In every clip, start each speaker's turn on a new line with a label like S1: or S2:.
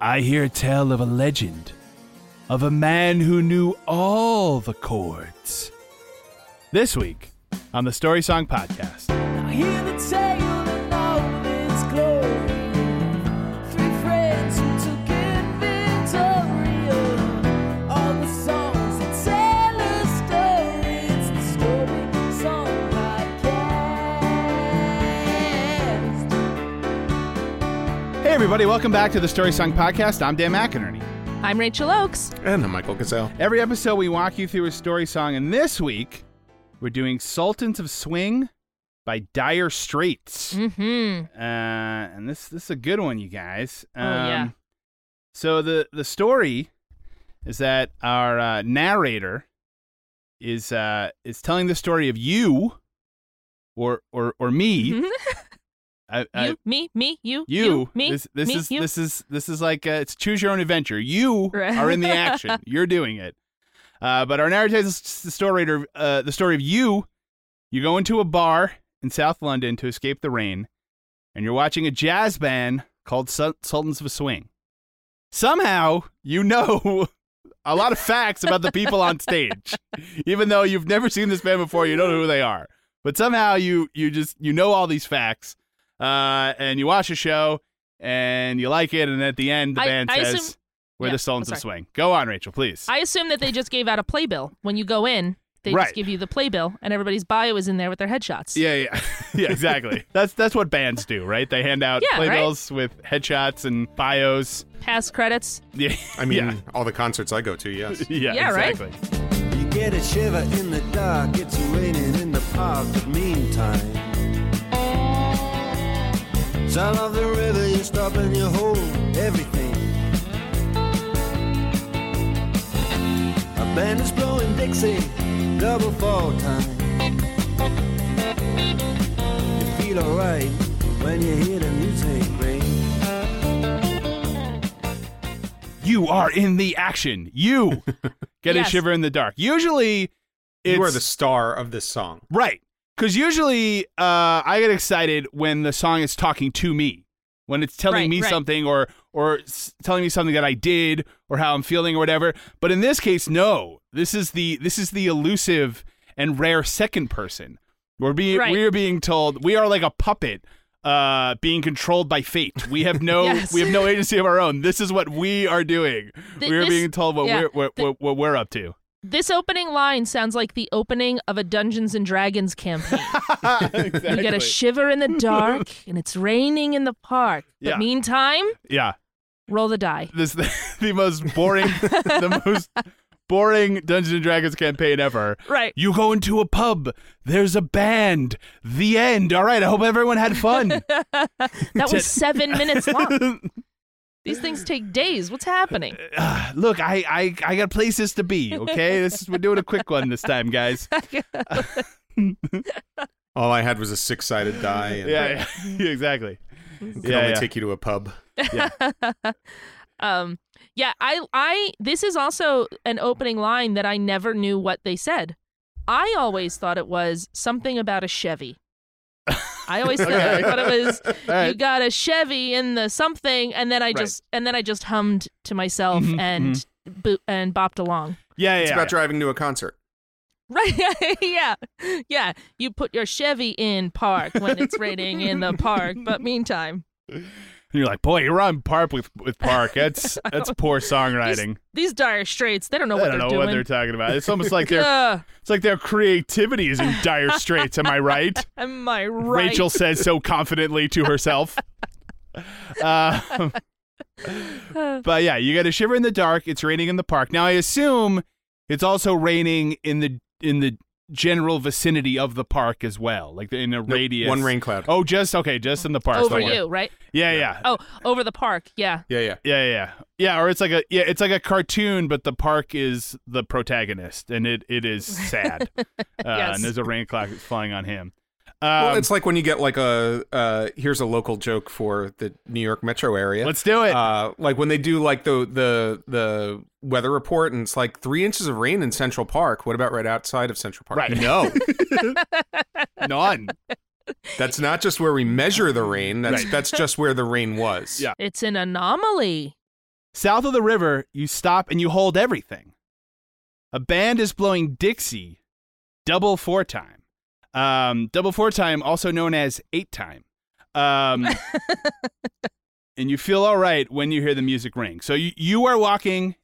S1: I hear tell of a legend of a man who knew all the chords. This week on the Story Song Podcast.
S2: I hear the tale and all its glory. Three friends who took it victorious. All the songs that tell a story. It's the Story Song Podcast.
S1: Hey, everybody, welcome back to the Story Song Podcast. I'm Dan McInerney.
S3: I'm Rachel Oakes.
S4: And I'm Michael Gazelle.
S1: Every episode, we walk you through a story song, and this week, we're doing Sultans of Swing by Dire Straits.
S3: Mm-hmm.
S1: Uh, and this, this is a good one, you guys. Um,
S3: Oh, yeah.
S1: So, the, the story is that our uh, narrator is, uh, is telling the story of you or, or, or me.
S3: Mhm.
S1: I, I-
S3: You, me, me, you,
S1: Uh, you,
S3: me,
S1: this, this
S3: me,
S1: is
S3: you.
S1: this is this is like uh, it's choose your own adventure you
S3: Right.
S1: are in the action you're doing it uh, but our narrative is the story uh, the story of you you go into a bar in south london to escape the rain and you're watching a jazz band called Sul- sultans of swing somehow you know a lot of facts about the people on stage even though you've never seen this band before you don't know who they are but somehow you you just you know all these facts uh, and you watch a show and you like it and at the end the
S3: I-
S1: band
S3: I
S1: says
S3: assume-
S1: we're
S3: yeah,
S1: the Sultans
S3: I'm
S1: of Swing. Go on, Rachel, please.
S3: I assume that they just gave out a playbill. When you go in, they
S1: Right.
S3: just give you the playbill, and everybody's bio is in there with their headshots.
S1: yeah, yeah, yeah, exactly. that's that's what bands do, right? They hand out
S3: Yeah, right?
S1: playbills with headshots and bios.
S3: Past credits.
S1: Yeah,
S4: I mean,
S1: yeah,
S4: all the concerts I go to, yes.
S1: yeah,
S3: Yeah, right?
S1: exactly.
S5: You get a shiver in the dark, it's raining in the park, but meantime. Sound of the river, you stop and you hold everything. A band is blowing Dixie, double fall time. You feel alright when you hear the music ring.
S1: You are in the action. You get a
S3: Yes.
S1: shiver in the dark. Usually, it's
S4: You are the star of this song.
S1: Right. Because usually uh, I get excited when the song is talking to me, when it's telling
S3: Right,
S1: me
S3: right.
S1: something or or s- telling me something that I did or how I'm feeling or whatever. But in this case, no. This is the this is the elusive and rare second person. We're being
S3: Right.
S1: we're being told we are like a puppet. Uh, being controlled by fate. We have no,
S3: Yes.
S1: we have no agency of our own. This is what we are doing.
S3: Th-
S1: we are
S3: this-
S1: being told what
S3: yeah,
S1: we're what,
S3: th-
S1: what, what we're up to.
S3: This opening line sounds like the opening of a Dungeons and Dragons campaign.
S1: exactly.
S3: You get a shiver in the dark, and it's raining in the park. But
S1: Yeah.
S3: meantime,
S1: yeah.
S3: roll the die.
S1: this the, the most boring the most boring Dungeons and Dragons campaign ever.
S3: Right.
S1: You go into a pub, there's a band, the end. All right, I hope everyone had fun.
S3: That was seven minutes long. These things take days. What's happening?
S1: Ah, Look, I, I I got places to be, okay? This is, we're doing a quick one this time, guys.
S4: All I had was a six sided die, and
S1: Yeah, yeah exactly.
S4: it could
S1: Yeah,
S4: only
S1: yeah.
S4: take you to a pub.
S3: um yeah i i this is also an opening line that i never knew what they said i always thought it was something about a chevy i always thought, I thought it was
S1: right.
S3: you got a chevy in the something and then i just and then i just hummed to myself
S1: Mhm,
S3: and bo- and bopped along
S1: Yeah, yeah.
S4: It's about driving to a concert.
S3: right yeah yeah you put your chevy in park when it's raining in the park but meantime
S1: And you're like, boy, you're on par with with Park. That's that's poor songwriting.
S3: these dire straits they don't know
S1: I
S3: what
S1: don't know
S3: they're doing
S1: what they're talking about. It's almost like their
S3: Ugh,
S1: it's like their creativity is in dire straits. Am I right?
S3: am i right
S1: Rachel says so confidently to herself. Uh, but yeah, you get a shiver in the dark. It's raining in the park. Now I assume it's also raining in the in the general vicinity of the park as well, like in a
S4: Nope,
S1: radius.
S4: One rain cloud.
S1: Oh, just okay, just in the park.
S3: over
S1: don't worry.
S3: you, right?
S1: Yeah, yeah.
S3: Oh, over the park. Yeah.
S4: Yeah, yeah.
S1: Yeah, yeah, yeah, yeah. Or it's like a yeah, it's like a cartoon, but the park is the protagonist, and it it is sad. uh,
S3: Yes.
S1: And there's a rain cloud flying on him. Um,
S4: Well, it's like when you get like a uh, here's a local joke for the New York metro area.
S1: let's do it.
S4: uh, like when they do like the the the weather report and it's like three inches of rain in Central Park. What about right outside of Central Park?
S1: Right.
S4: No,
S1: None.
S4: that's not just where we measure the rain. That's
S1: Right.
S4: that's just where the rain was.
S1: Yeah.
S3: It's an anomaly.
S1: South of the river, you stop and you hold everything. A band is blowing Dixie double four time. Um, double four time, also known as eight time. Um, and you feel all right when you hear the music ring. So you, you are walking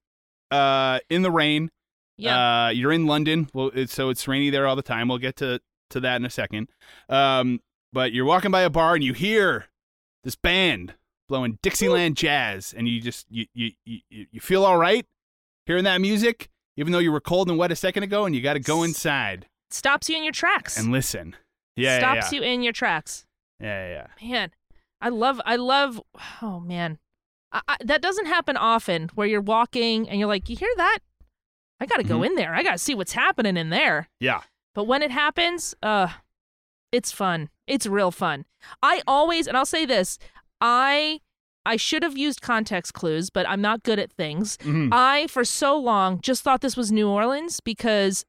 S1: uh, in the rain.
S3: Yeah.
S1: Uh, you're in London, well, it's, so it's rainy there all the time. We'll get to, to that in a second. Um, but you're walking by a bar and you hear this band blowing Dixieland jazz, and you just you you you, you feel all right hearing that music, even though you were cold and wet a second ago, and you got to go inside
S3: Stops you in your tracks.
S1: and listen. Yeah,
S3: Stops
S1: yeah,
S3: you in your tracks.
S1: yeah. yeah, yeah, yeah.
S3: Man, I love, I love, oh man. I, I, that doesn't happen often where you're walking and you're like, you hear that? I got to
S1: Mm-hmm.
S3: go in there. I got to see what's happening in there.
S1: Yeah.
S3: But when it happens, uh, it's fun. It's real fun. I always, and I'll say this, I I should have used context clues, but I'm not good at things.
S1: Mhm.
S3: I for so long just thought this was New Orleans because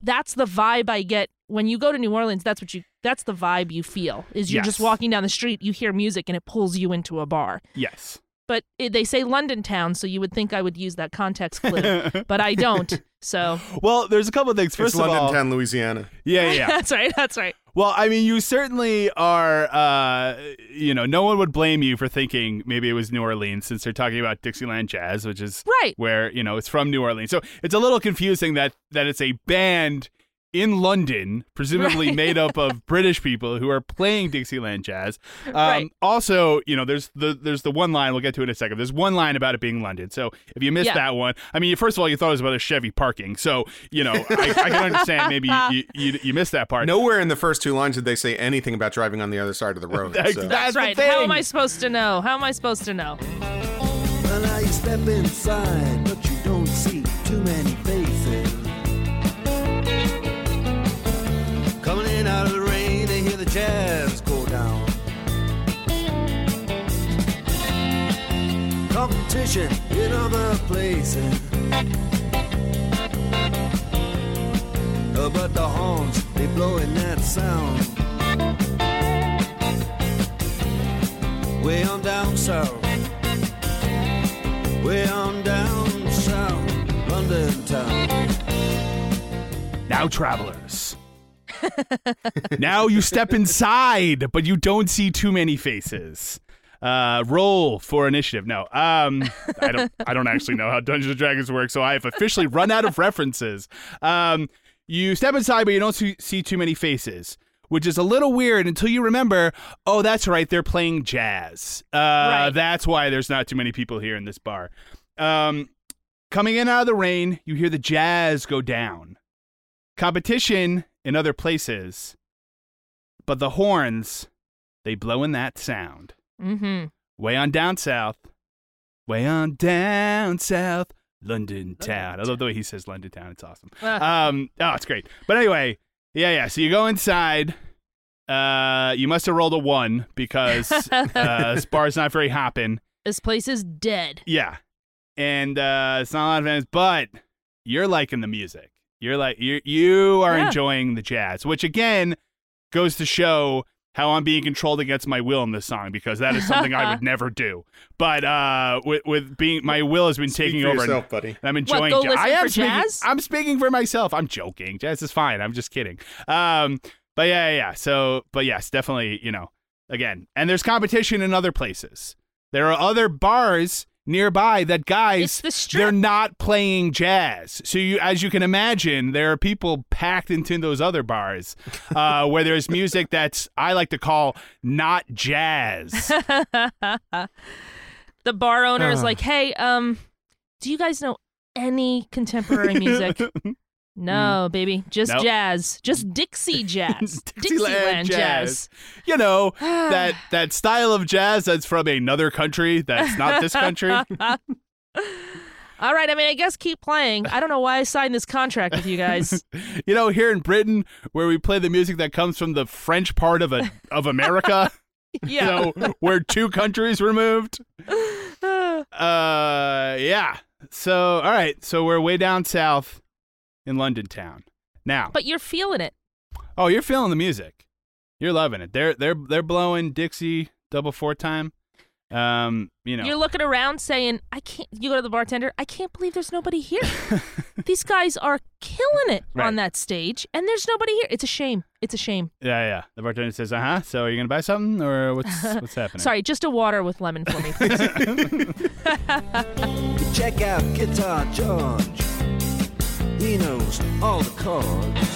S3: that's the vibe I get when you go to New Orleans. That's what you. That's the vibe you feel. Is you're just
S1: Yes.
S3: walking down the street, you hear music, and it pulls you into a bar.
S1: Yes.
S3: But it, they say London town, so you would think I would use that context clue, but I don't. So
S1: well, there's a couple of things. First
S4: it's
S1: of
S4: London
S1: all,
S4: Town, Louisiana.
S1: yeah, yeah, yeah.
S3: that's right. That's right.
S1: Well, I mean, you certainly are. Uh, you know, no one would blame you for thinking maybe it was New Orleans, since they're talking about Dixieland jazz, which is
S3: Right.
S1: where you know it's from New Orleans. So it's a little confusing that that it's a band in London, presumably
S3: Right.
S1: made up of British people who are playing Dixieland jazz. Um,
S3: Right.
S1: Also, you know, there's the there's the one line we'll get to in a second. There's one line about it being London. So if you missed
S3: Yeah.
S1: that one, I mean, first of all, you thought it was about a Chevy parking. So you know, I, I can understand maybe you, you you you missed that part.
S4: Nowhere in the first two lines did they say anything about driving on the other side of the road.
S1: That's-
S4: so.
S1: that's
S3: That's right.
S1: The thing.
S3: How am I supposed to know? How am I supposed to know?
S5: Well, now you step inside, but you don't see too many faces. Coming in out of the rain, they hear the jazz go down. Competition in other places. Uh, But the horns, they blowing that sound. Way on down south. Way on down south, London town.
S1: Now, travelers. now you step inside, but you don't see too many faces. Uh, roll for initiative. No, um, I don't. I don't actually know how Dungeons and Dragons work, so I have officially run out of references. Um, you step inside, but you don't see, see too many faces, which is a little weird until you remember. Oh, that's right, they're playing jazz. Uh, That's why there's not too many people here in this bar. Um, coming in out of the rain, you hear the jazz go down competition in other places, but the horns, they blow in that sound.
S3: Mm-hmm.
S1: Way on down south, way on down south, London town. I love the way he says London town. It's awesome. Um, oh, it's great. But anyway, yeah, yeah. So you go inside. Uh, you must have rolled a one because uh, this bar's not very hopping.
S3: this place is dead.
S1: Yeah. And uh, it's not a lot of fans, but you're liking the music. You're like you you are
S3: Yeah.
S1: enjoying the jazz, which again goes to show how I'm being controlled against my will in this song because that is something I would never do. But uh, with with being my will has been taking
S4: Speak for
S1: over. and-
S4: yourself, buddy.
S1: and I'm enjoying.
S3: go
S1: jazz.
S3: listen
S1: I am
S3: for
S1: speaking,
S3: jazz?
S1: I'm speaking for myself. I'm joking. Jazz is fine. I'm just kidding. Um, but yeah, yeah, yeah. So, but yes, definitely. You know, again, and there's competition in other places. There are other bars nearby that guys
S3: It's the strip.
S1: they're not playing jazz. So you, as you can imagine, there are people packed into those other bars uh, where there's music that's I like to call not jazz.
S3: the bar
S1: Uh.
S3: owner is like, "Hey, um, do you guys know any contemporary music? No, baby, just
S1: Mm. Nope.
S3: jazz, just Dixie jazz,
S1: Dixieland jazz. You know that that style of jazz that's from another country that's not this country.
S3: All right, I mean, I guess keep playing. I don't know why I signed this contract with you guys.
S1: you know, here in Britain, where we play the music that comes from the French part of a of America.
S3: Yeah.
S1: You know, we're two countries removed. Uh, yeah. So, all right. So we're way down south in London town now.
S3: But you're feeling it.
S1: Oh, you're feeling the music. You're loving it. They're they're they're blowing Dixie double four time. Um, you know.
S3: You're looking around saying, I can't, you go to the bartender, I can't believe there's nobody here. These guys are killing it
S1: Right.
S3: on that stage, and there's nobody here. It's a shame. It's a shame.
S1: yeah, yeah. The bartender says, "Uh huh." So, are you gonna buy something, or what's what's happening?
S3: Sorry, just a water with lemon for me. please.
S5: Check out Guitar George. He knows all the chords.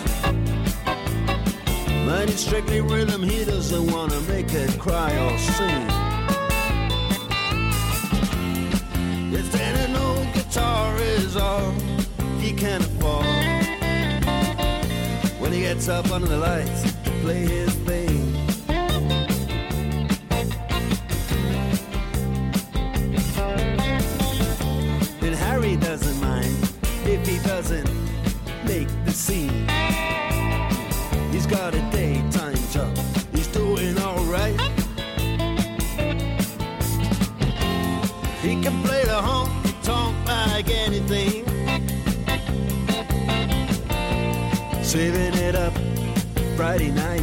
S5: Mine is strictly rhythm, he doesn't wanna make it cry or sing. If then an old guitar is all he can afford. When he gets up under the lights to play his thing. And Harry doesn't mind if he doesn't make the scene. He's got a daytime job, he's doing alright. He can play the honky tonk like anything. Saving it up Friday night.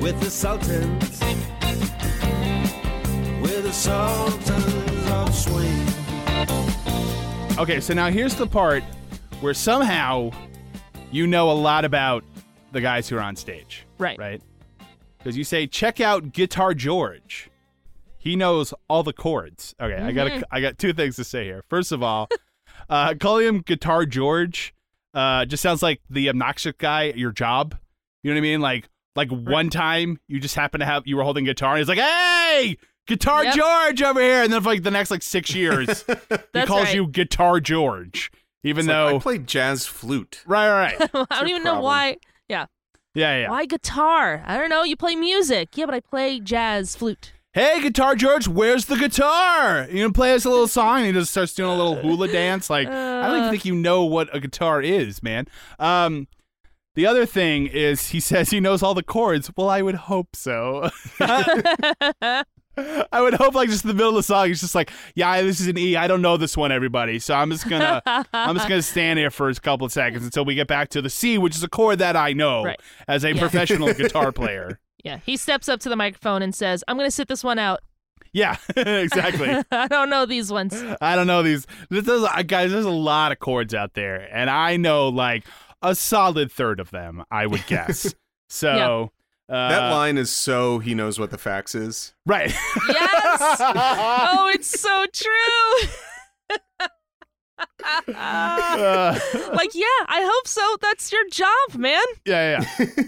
S5: With the Sultans with the sultans of swing.
S1: Okay, so now here's the part where somehow you know a lot about the guys who are on stage.
S3: Right.
S1: Right? Because you say, check out Guitar George. He knows all the chords. Okay, I got
S3: Mm-hmm.
S1: a, I got two things to say here. First of all, uh, calling him Guitar George uh, just sounds like the obnoxious guy at your job. You know what I mean? Like like one time you just happen to have you were holding guitar and he's like, "Hey, Guitar
S3: Yep.
S1: George over here!" And then for like the next like six years, he
S3: That's
S1: calls
S3: right.
S1: you Guitar George, even
S4: It's like,
S1: though
S4: I played jazz flute.
S1: right, right, right.
S3: I don't
S4: your
S3: even know
S4: problem.
S3: why. Yeah.
S1: yeah, yeah.
S3: Why guitar? I don't know. You play music. Yeah, but I play jazz flute.
S1: Hey, Guitar George, where's the guitar? You gonna play us a little song? And he just starts doing a little hula dance. Like I don't even think you know what a guitar is, man. Um, the other thing is he says he knows all the chords. Well, I would hope so. I would hope like just in the middle of the song, he's just like, yeah, this is an E. I don't know this one, everybody. So I'm just gonna I'm just gonna stand here for a couple of seconds until we get back to the C, which is a chord that I know
S3: Right.
S1: as a
S3: Yeah.
S1: professional guitar player.
S3: Yeah, he steps up to the microphone and says, I'm going to sit this one out.
S1: Yeah, exactly.
S3: I don't know these ones.
S1: I don't know these. This is, guys, there's a lot of chords out there, and I know like a solid third of them, I would guess. so uh,
S4: That line is so he knows what the fax is.
S1: right?
S3: Yes! oh, it's so true.
S1: Uh,
S3: like, yeah, I hope so. That's your job, man.
S1: yeah, yeah,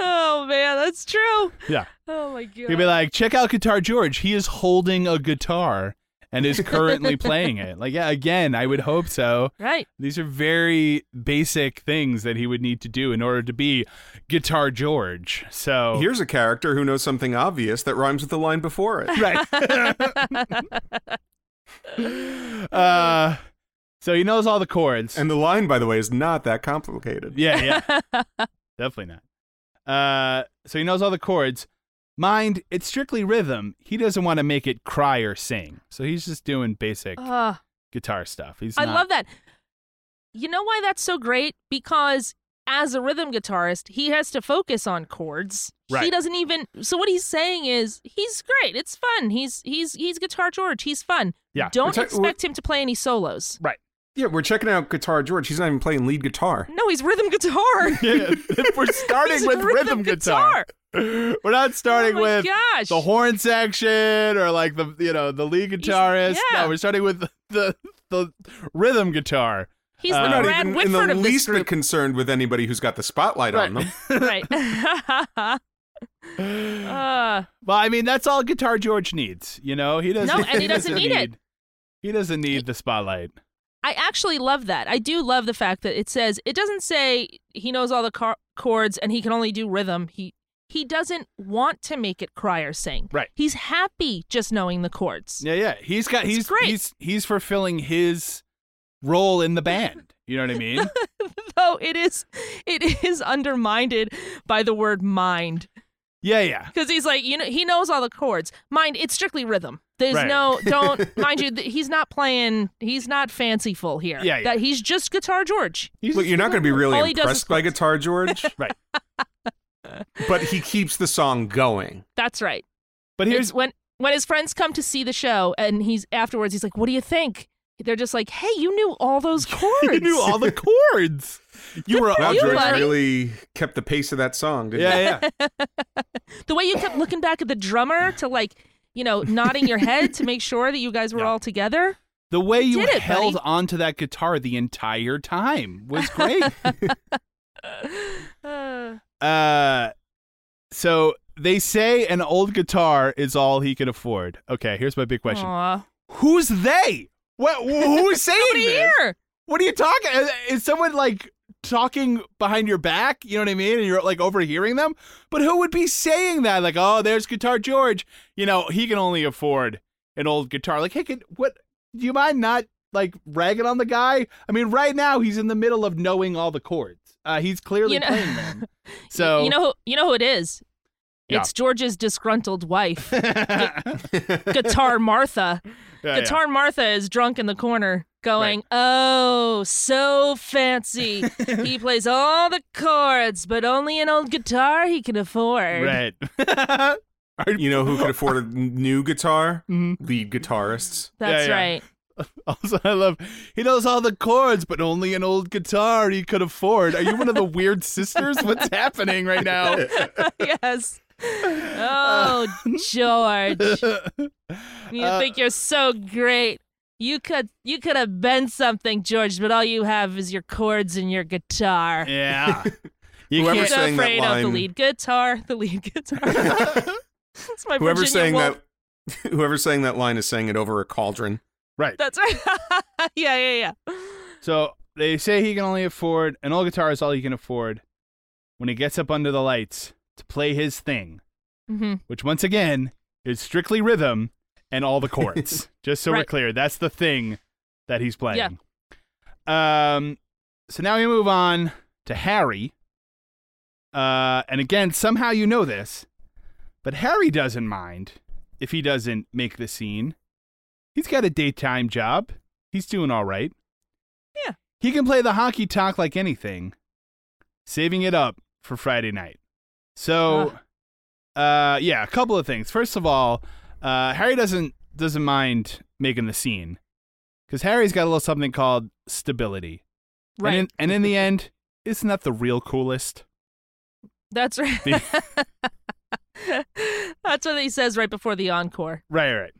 S3: Oh, man, that's true.
S1: yeah.
S3: Oh, my God.
S1: He'd be like, check out Guitar George. He is holding a guitar and is currently playing it. Like, yeah, again, I would hope so.
S3: right.
S1: These are very basic things that he would need to do in order to be Guitar George. So
S4: Here's a character who knows something obvious that rhymes with the line before it.
S1: right. uh, so he knows all the chords.
S4: And the line, by the way, is not that complicated.
S1: yeah, yeah, definitely not. Uh, so he knows all the chords. Mind, it's strictly rhythm. He doesn't want to make it cry or sing, so he's just doing basic
S3: Ah.
S1: guitar stuff. He's
S3: I
S1: not-
S3: love that. You know why that's so great? Because as a rhythm guitarist, he has to focus on chords. He
S1: Right.
S3: doesn't even So what he's saying is he's great. It's fun. He's he's he's guitar George. He's fun.
S1: Yeah.
S3: Don't
S4: It's like-
S3: expect him to play any solos.
S1: right.
S4: Yeah, we're checking out Guitar George. He's not even playing lead guitar.
S3: No, he's rhythm guitar.
S1: Yeah, we're
S3: He's
S1: starting with
S3: rhythm
S1: rhythm guitar. We're not starting
S3: Oh my
S1: with
S3: gosh.
S1: the horn section or like the you know the lead guitarist.
S3: yeah.
S1: No, we're starting with the the, rhythm guitar.
S3: He's
S1: Uh,
S3: the
S4: Not
S3: Brad
S4: even in
S3: Whitford
S4: the
S3: of this
S4: least bit
S3: group.
S4: concerned with anybody who's got the spotlight on
S1: Right.
S4: them.
S3: right. uh,
S1: Well, I mean that's all Guitar George needs. You know he doesn't.
S3: No, and he doesn't need it.
S1: He doesn't need the spotlight.
S3: I actually love that. I do love the fact that it says it doesn't say he knows all the car- chords and he can only do rhythm. He he doesn't want to make it cry or sing.
S1: Right.
S3: He's happy just knowing the chords.
S1: Yeah, yeah. He's got he's
S3: great.
S1: he's he's fulfilling his role in the band. You know what I mean?
S3: Though it is it is undermined by the word mind
S1: yeah, yeah.
S3: because he's like you know he knows all the chords. Mind it's strictly rhythm. There's
S1: Right.
S3: no don't mind you th- he's not playing he's not fanciful here.
S1: Yeah, yeah.
S3: That he's just guitar George.
S1: He's
S4: Look, you're not going to be really
S3: All he does is
S4: impressed by
S3: quotes.
S4: Guitar George,
S1: Right.
S4: but he keeps the song going.
S3: That's right.
S1: But here's
S3: It's when when his friends come to see the show and he's afterwards he's like what do you think they're just like hey you knew all those chords
S1: you knew all the chords. You were
S4: Wow,
S3: You
S4: George
S3: buddy.
S4: really kept the pace of that song, didn't he?
S1: Yeah, yeah.
S3: the way you kept looking back at the drummer to like you know nodding your head to make sure that you guys were all together
S1: The way you
S3: Did it,
S1: held
S3: buddy.
S1: onto that guitar the entire time was great.
S3: uh,
S1: uh so they say an old guitar is all he can afford. Okay, here's my big question.
S3: aw.
S1: Who's they? What who is saying
S3: Nobody
S1: this?
S3: here
S1: What are you talking? is- Is someone like talking behind your back? You know what I mean? And you're like overhearing them. But who would be saying that? Like, oh, there's Guitar George. You know, he can only afford an old guitar. Like, hey, could, what? Do you mind not like ragging on the guy? I mean, right now he's in the middle of knowing all the chords. Uh, he's clearly
S3: You know-
S1: playing them. So
S3: you know who, you know who it is
S1: Yeah.
S3: it's george's disgruntled wife
S1: Yeah,
S3: guitar martha
S1: yeah.
S3: Guitar Martha is drunk in the corner going, Oh, so fancy. he plays all the chords, but only an old guitar he can afford.
S1: Right.
S4: You know who could afford a n- new guitar?
S1: Mhm.
S4: Lead guitarists.
S1: Yeah,
S3: That's
S1: yeah.
S3: right.
S1: Also, I love he knows all the chords, but only an old guitar he could afford. Are you one of the weird sisters? What's happening right now?
S3: yes. Oh, George. You
S1: Uh,
S3: think you're so great. You could you could have been something, George, but all you have is your chords and your guitar.
S1: yeah, you
S4: Whoever
S3: You're
S4: Whoever's
S1: can't.
S3: so
S4: saying that
S3: afraid of the
S4: line-
S3: lead guitar, the lead guitar. That's my
S4: Whoever's
S3: Virginia
S4: saying
S3: Woolf
S4: that whoever's saying that line is saying it over a cauldron.
S1: Right.
S3: That's right. yeah, yeah, yeah.
S1: So they say he can only afford an old guitar is all he can afford when he gets up under the lights to play his thing,
S3: Mm-hmm.
S1: which once again is strictly rhythm and all the chords. Just so we're
S3: Right.
S1: clear, that's the thing that he's playing. Um, so now we move on to Harry. Uh, and again, somehow you know this, but Harry doesn't mind if he doesn't make the scene. He's got a daytime job. He's doing all right.
S3: Yeah.
S1: He can play the hockey talk like anything, saving it up for Friday night. So, uh, yeah, a couple of things. First of all, uh, Harry doesn't doesn't mind making the scene because Harry's got a little something called stability.
S3: Right.
S1: And in, and in the end, isn't that the real coolest?
S3: That's right. That's what he says right before the encore.
S1: Right, right.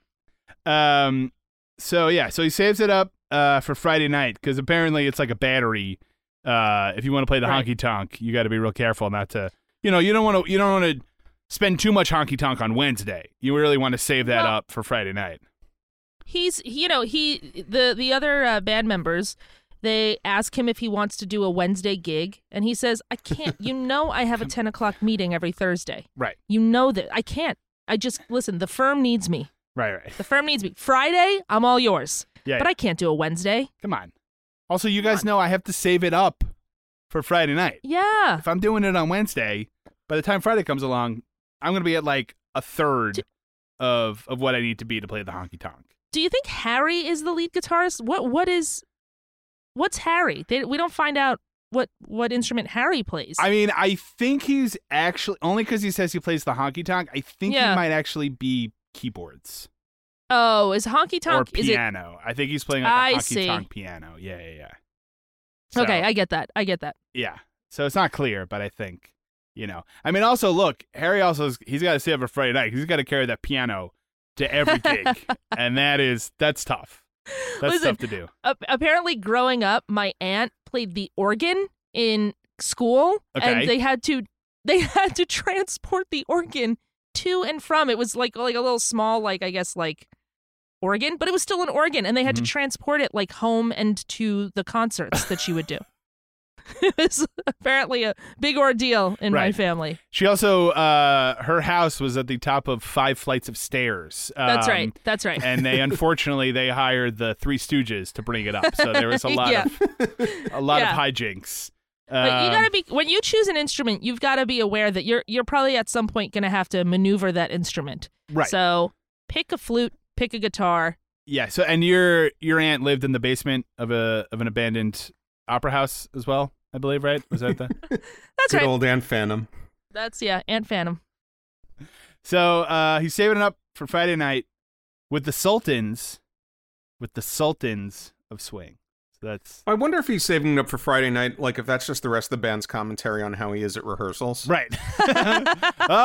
S1: right. Um, so yeah, so he saves it up uh for Friday night because apparently it's like a battery. Uh, if you want to play the
S3: Right.
S1: honky tonk, you got to be real careful not to, you know, you don't want to, you don't want to spend too much honky tonk on Wednesday. You really want to save that
S3: Well-
S1: up for Friday night.
S3: He's, you know, he the the other uh, band members. They ask him if he wants to do a Wednesday gig, and he says, "I can't. You know, I have a ten o'clock meeting every Thursday.
S1: Right,
S3: You know that I can't. I just listen. The firm needs me.
S1: right, right.
S3: The firm needs me. Friday, I'm all yours.
S1: Yeah,
S3: but
S1: yeah.
S3: I can't do a Wednesday.
S1: Come on. Also, you guys know I have to save it up for Friday night.
S3: Yeah,
S1: If I'm doing it on Wednesday, by the time Friday comes along, I'm gonna be at like a third of of what I need to be to play the honky tonk.
S3: Do you think Harry is the lead guitarist? What what is what's Harry? They, we don't find out what what instrument Harry plays.
S1: I mean, I think he's actually only because he says he plays the honky tonk. I think
S3: Yeah.
S1: he might actually be keyboards
S3: oh, is honky
S1: or
S3: tonk? Is it
S1: piano. I think he's playing
S3: I
S1: like a honky
S3: see.
S1: tonk piano. Yeah, yeah, yeah.
S3: okay?
S1: So,
S3: I get that. I get that.
S1: yeah. So it's not clear, but I think you know. I mean, also look, Harry also is, he's got to stay up for Friday night. 'cause He's got to carry that piano to every gig, and that is that's tough. That's
S3: Listen,
S1: tough to do.
S3: A- apparently, growing up, my aunt played the organ in school,
S1: Okay.
S3: and they had to they had to transport the organ to and from. It was like like a little small, like I guess like Oregon, but it was still in Oregon, and they had
S1: Mhm.
S3: to transport it like home and to the concerts that she would do. it was apparently a big ordeal in my
S1: Right.
S3: family.
S1: She also, uh, her house was at the top of five flights of stairs.
S3: That's
S1: Um,
S3: right. That's right.
S1: And they unfortunately they hired the Three Stooges to bring it up, so there was a lot
S3: Yeah.
S1: of a lot
S3: Yeah.
S1: of hijinks.
S3: But you
S1: Um,
S3: gotta be when you choose an instrument, you've got to be aware that you're you're probably at some point gonna have to maneuver that instrument.
S1: right.
S3: So pick a flute, pick a guitar.
S1: Yeah. So, and your your aunt lived in the basement of a of an abandoned opera house as well, I believe. Right? Was that the?
S3: That's
S4: Good
S3: right.
S4: old Aunt Phantom.
S3: That's yeah, Aunt Phantom.
S1: so uh, he's saving it up for Friday night with the Sultans, with the Sultans of swing. So that's
S4: I wonder if he's saving it up for Friday night. Like if that's just the rest of the band's commentary on how he is at rehearsals.
S1: right. oh, you're
S4: Like,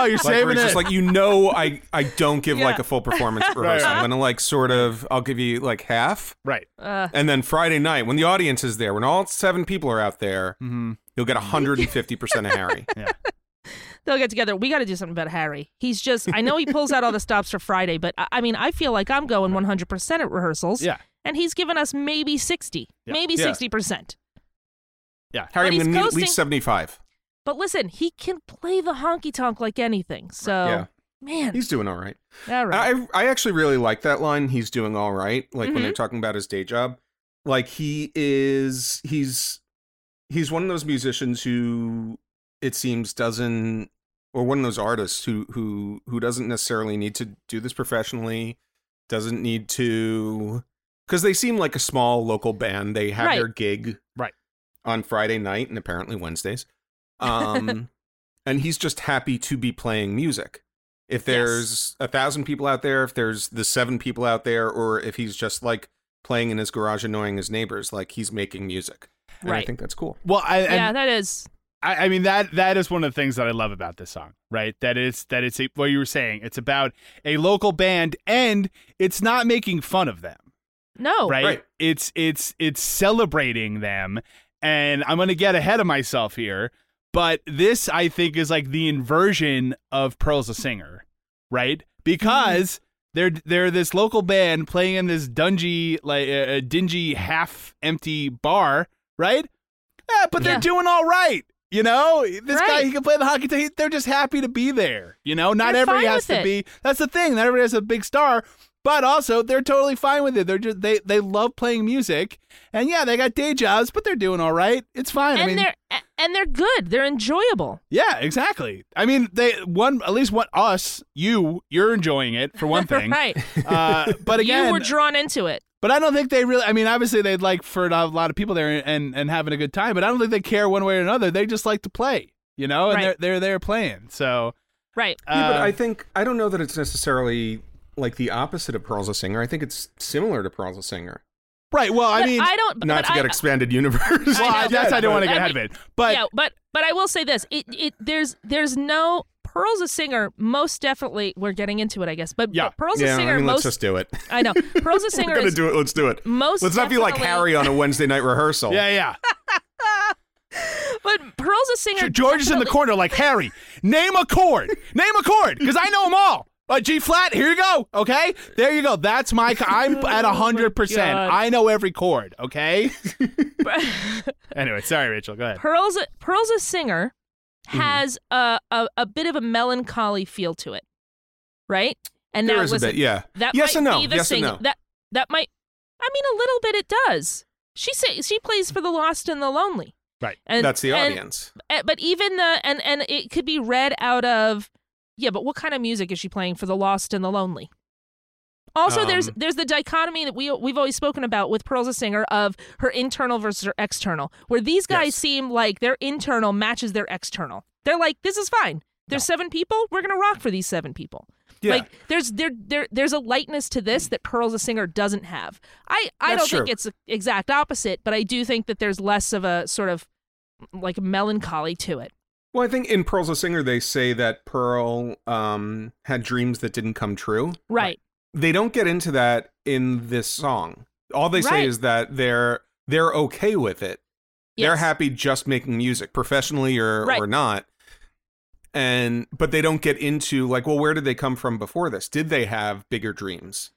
S4: where
S1: saving
S4: he's
S1: it.
S4: just like you know, I I don't give
S3: Yeah.
S4: like a full performance at
S1: Right.
S4: rehearsal. I'm gonna like sort of I'll give you like half,
S1: right.
S3: Uh,
S4: and then Friday night when the audience is there, when all seven people are out there,
S1: Mm-hmm.
S4: you'll get 150 percent of Harry.
S3: they'll get together. We got to do something about Harry. He's just I know he pulls out all the stops for Friday, but I, I mean I feel like I'm going 100 percent at rehearsals.
S1: Yeah.
S3: And he's given us maybe 60,
S1: Yeah.
S3: maybe
S4: Yeah.
S3: 60 percent.
S1: Yeah.
S4: Harry, I'm
S3: But he's
S4: gonna need at
S3: coasting.
S4: least 75.
S3: But listen, he can play the honky tonk like anything. So
S4: Yeah,
S3: man,
S4: he's doing all right.
S3: all right. Mm-hmm.
S4: I I actually really like that line. He's doing all right. Like when they're talking about his day job, like he is he's he's one of those musicians who it seems doesn't or one of those artists who who who doesn't necessarily need to do this professionally, doesn't need to cuz they seem like a small local band. They have
S3: Right.
S4: their gig
S1: Right.
S4: on Friday night and apparently Wednesdays. Um and he's just happy to be playing music. If there's a thousand people out there, if there's the seven people out there, or if he's just like playing in his garage annoying his neighbors, like he's making music. And I
S3: Right.
S4: think that's cool.
S1: Well, I and
S3: yeah, that is
S1: I, I mean that that is one of the things that I love about this song, right? That it's that it's a, what you were saying. It's about a local band, and it's not making fun of them.
S3: no
S1: right?
S4: right.
S1: It's it's it's celebrating them, and I'm gonna get ahead of myself here, but this I think is like the inversion of Pearl's a singer, right? Because they're they're this local band playing in this dungy like a uh, dingy half empty bar, right? Eh, but they're
S3: Yeah.
S1: doing all right. You know, this guy
S3: Right.
S1: he can play the hockey. T- they're just happy to be there. You know, not
S3: They're
S1: everybody
S3: fine
S1: has
S3: with
S1: to
S3: it.
S1: be. That's the thing. Not everybody has a big star, but also they're totally fine with it. They're just they they love playing music, and yeah, they got day jobs, but they're doing all right. It's fine.
S3: and
S1: I mean,
S3: they're a- and they're good. They're enjoyable.
S1: yeah, exactly. I mean, they one at least one us you you're enjoying it for one thing.
S3: right.
S1: Uh, but again,
S3: you were drawn into it.
S1: but I don't think they really. I mean, obviously they'd like for a lot of people there and and having a good time, but I don't think they care one way or another. They just like to play, you know, and
S3: Right.
S1: they're they're there playing. So
S3: Right.
S4: yeah, but
S1: uh,
S4: I think I don't know that it's necessarily like the opposite of Pearl's a singer. I think it's similar to Pearl's a singer.
S1: right. Well, I
S3: But
S1: mean,
S3: don't.
S4: Not
S3: but
S4: to get
S3: I-
S4: expanded universe.
S1: well,
S3: know,
S1: I, that's I don't want to
S3: I
S1: get ahead of
S3: mean-
S1: it, but
S3: yeah, but but I will say this: it it there's there's no Pearl's a singer. Most definitely, we're getting into it, I guess. But,
S1: Yeah.
S3: but Pearl's
S4: yeah,
S3: a singer.
S4: I mean,
S3: most
S4: let's just do it.
S3: I know Pearl's a
S4: We're
S3: singer.
S4: gonna
S3: is
S4: do it. Let's do it.
S3: most
S4: let's not be like
S3: definitely-
S4: Harry on a Wednesday night rehearsal.
S1: yeah, yeah.
S3: But Pearl's a singer.
S1: George is in the
S3: definitely-
S1: corner, like Harry. Name a chord. Name a chord, because I know them all. Uh, G flat. Here you go. Okay, there you go. That's my. co- I'm at a hundred percent.
S3: God.
S1: I know every chord. Okay. anyway, sorry, Rachel. Go ahead.
S3: Pearl's a, Pearl's a singer
S1: Mm.
S3: has a, a a bit of a melancholy feel to it, right? And
S4: There
S3: now
S4: is
S3: listen,
S4: a bit. Yeah.
S3: That
S4: yes
S3: might
S4: and no.
S3: be the
S4: yes
S3: sing-
S4: and no.
S3: That that might. I mean, a little bit it does. She say, she plays for the lost and the lonely.
S1: Right.
S3: And
S4: that's the
S3: and-
S4: audience.
S3: eh, But even the and and it could be read out of. Yeah, but what kind of music is she playing for the lost and the lonely? Also, there's
S4: Um,
S3: there's the dichotomy that we we've always spoken about with Pearl's a singer of her internal versus her external, where these guys
S4: Yes.
S3: seem like their internal matches their external. They're like, this is fine. There's seven people. We're gonna rock for these seven people.
S4: Yeah.
S3: Like there's there there there's a lightness to this that Pearl's a singer doesn't have. I I
S4: That's
S3: don't think
S4: true.
S3: it's the exact opposite, but I do think that there's less of a sort of like melancholy to it.
S4: Well, I think in Pearl's a Singer, they say that Pearl um, had dreams that didn't come true.
S3: Right.
S4: They don't get into that in this song. All they say
S3: Right.
S4: is that they're they're okay with it. They're
S3: Yes.
S4: happy just making music, professionally or
S3: Right.
S4: or not. And but they don't get into like, well, where did they come from before this? Did they have bigger dreams?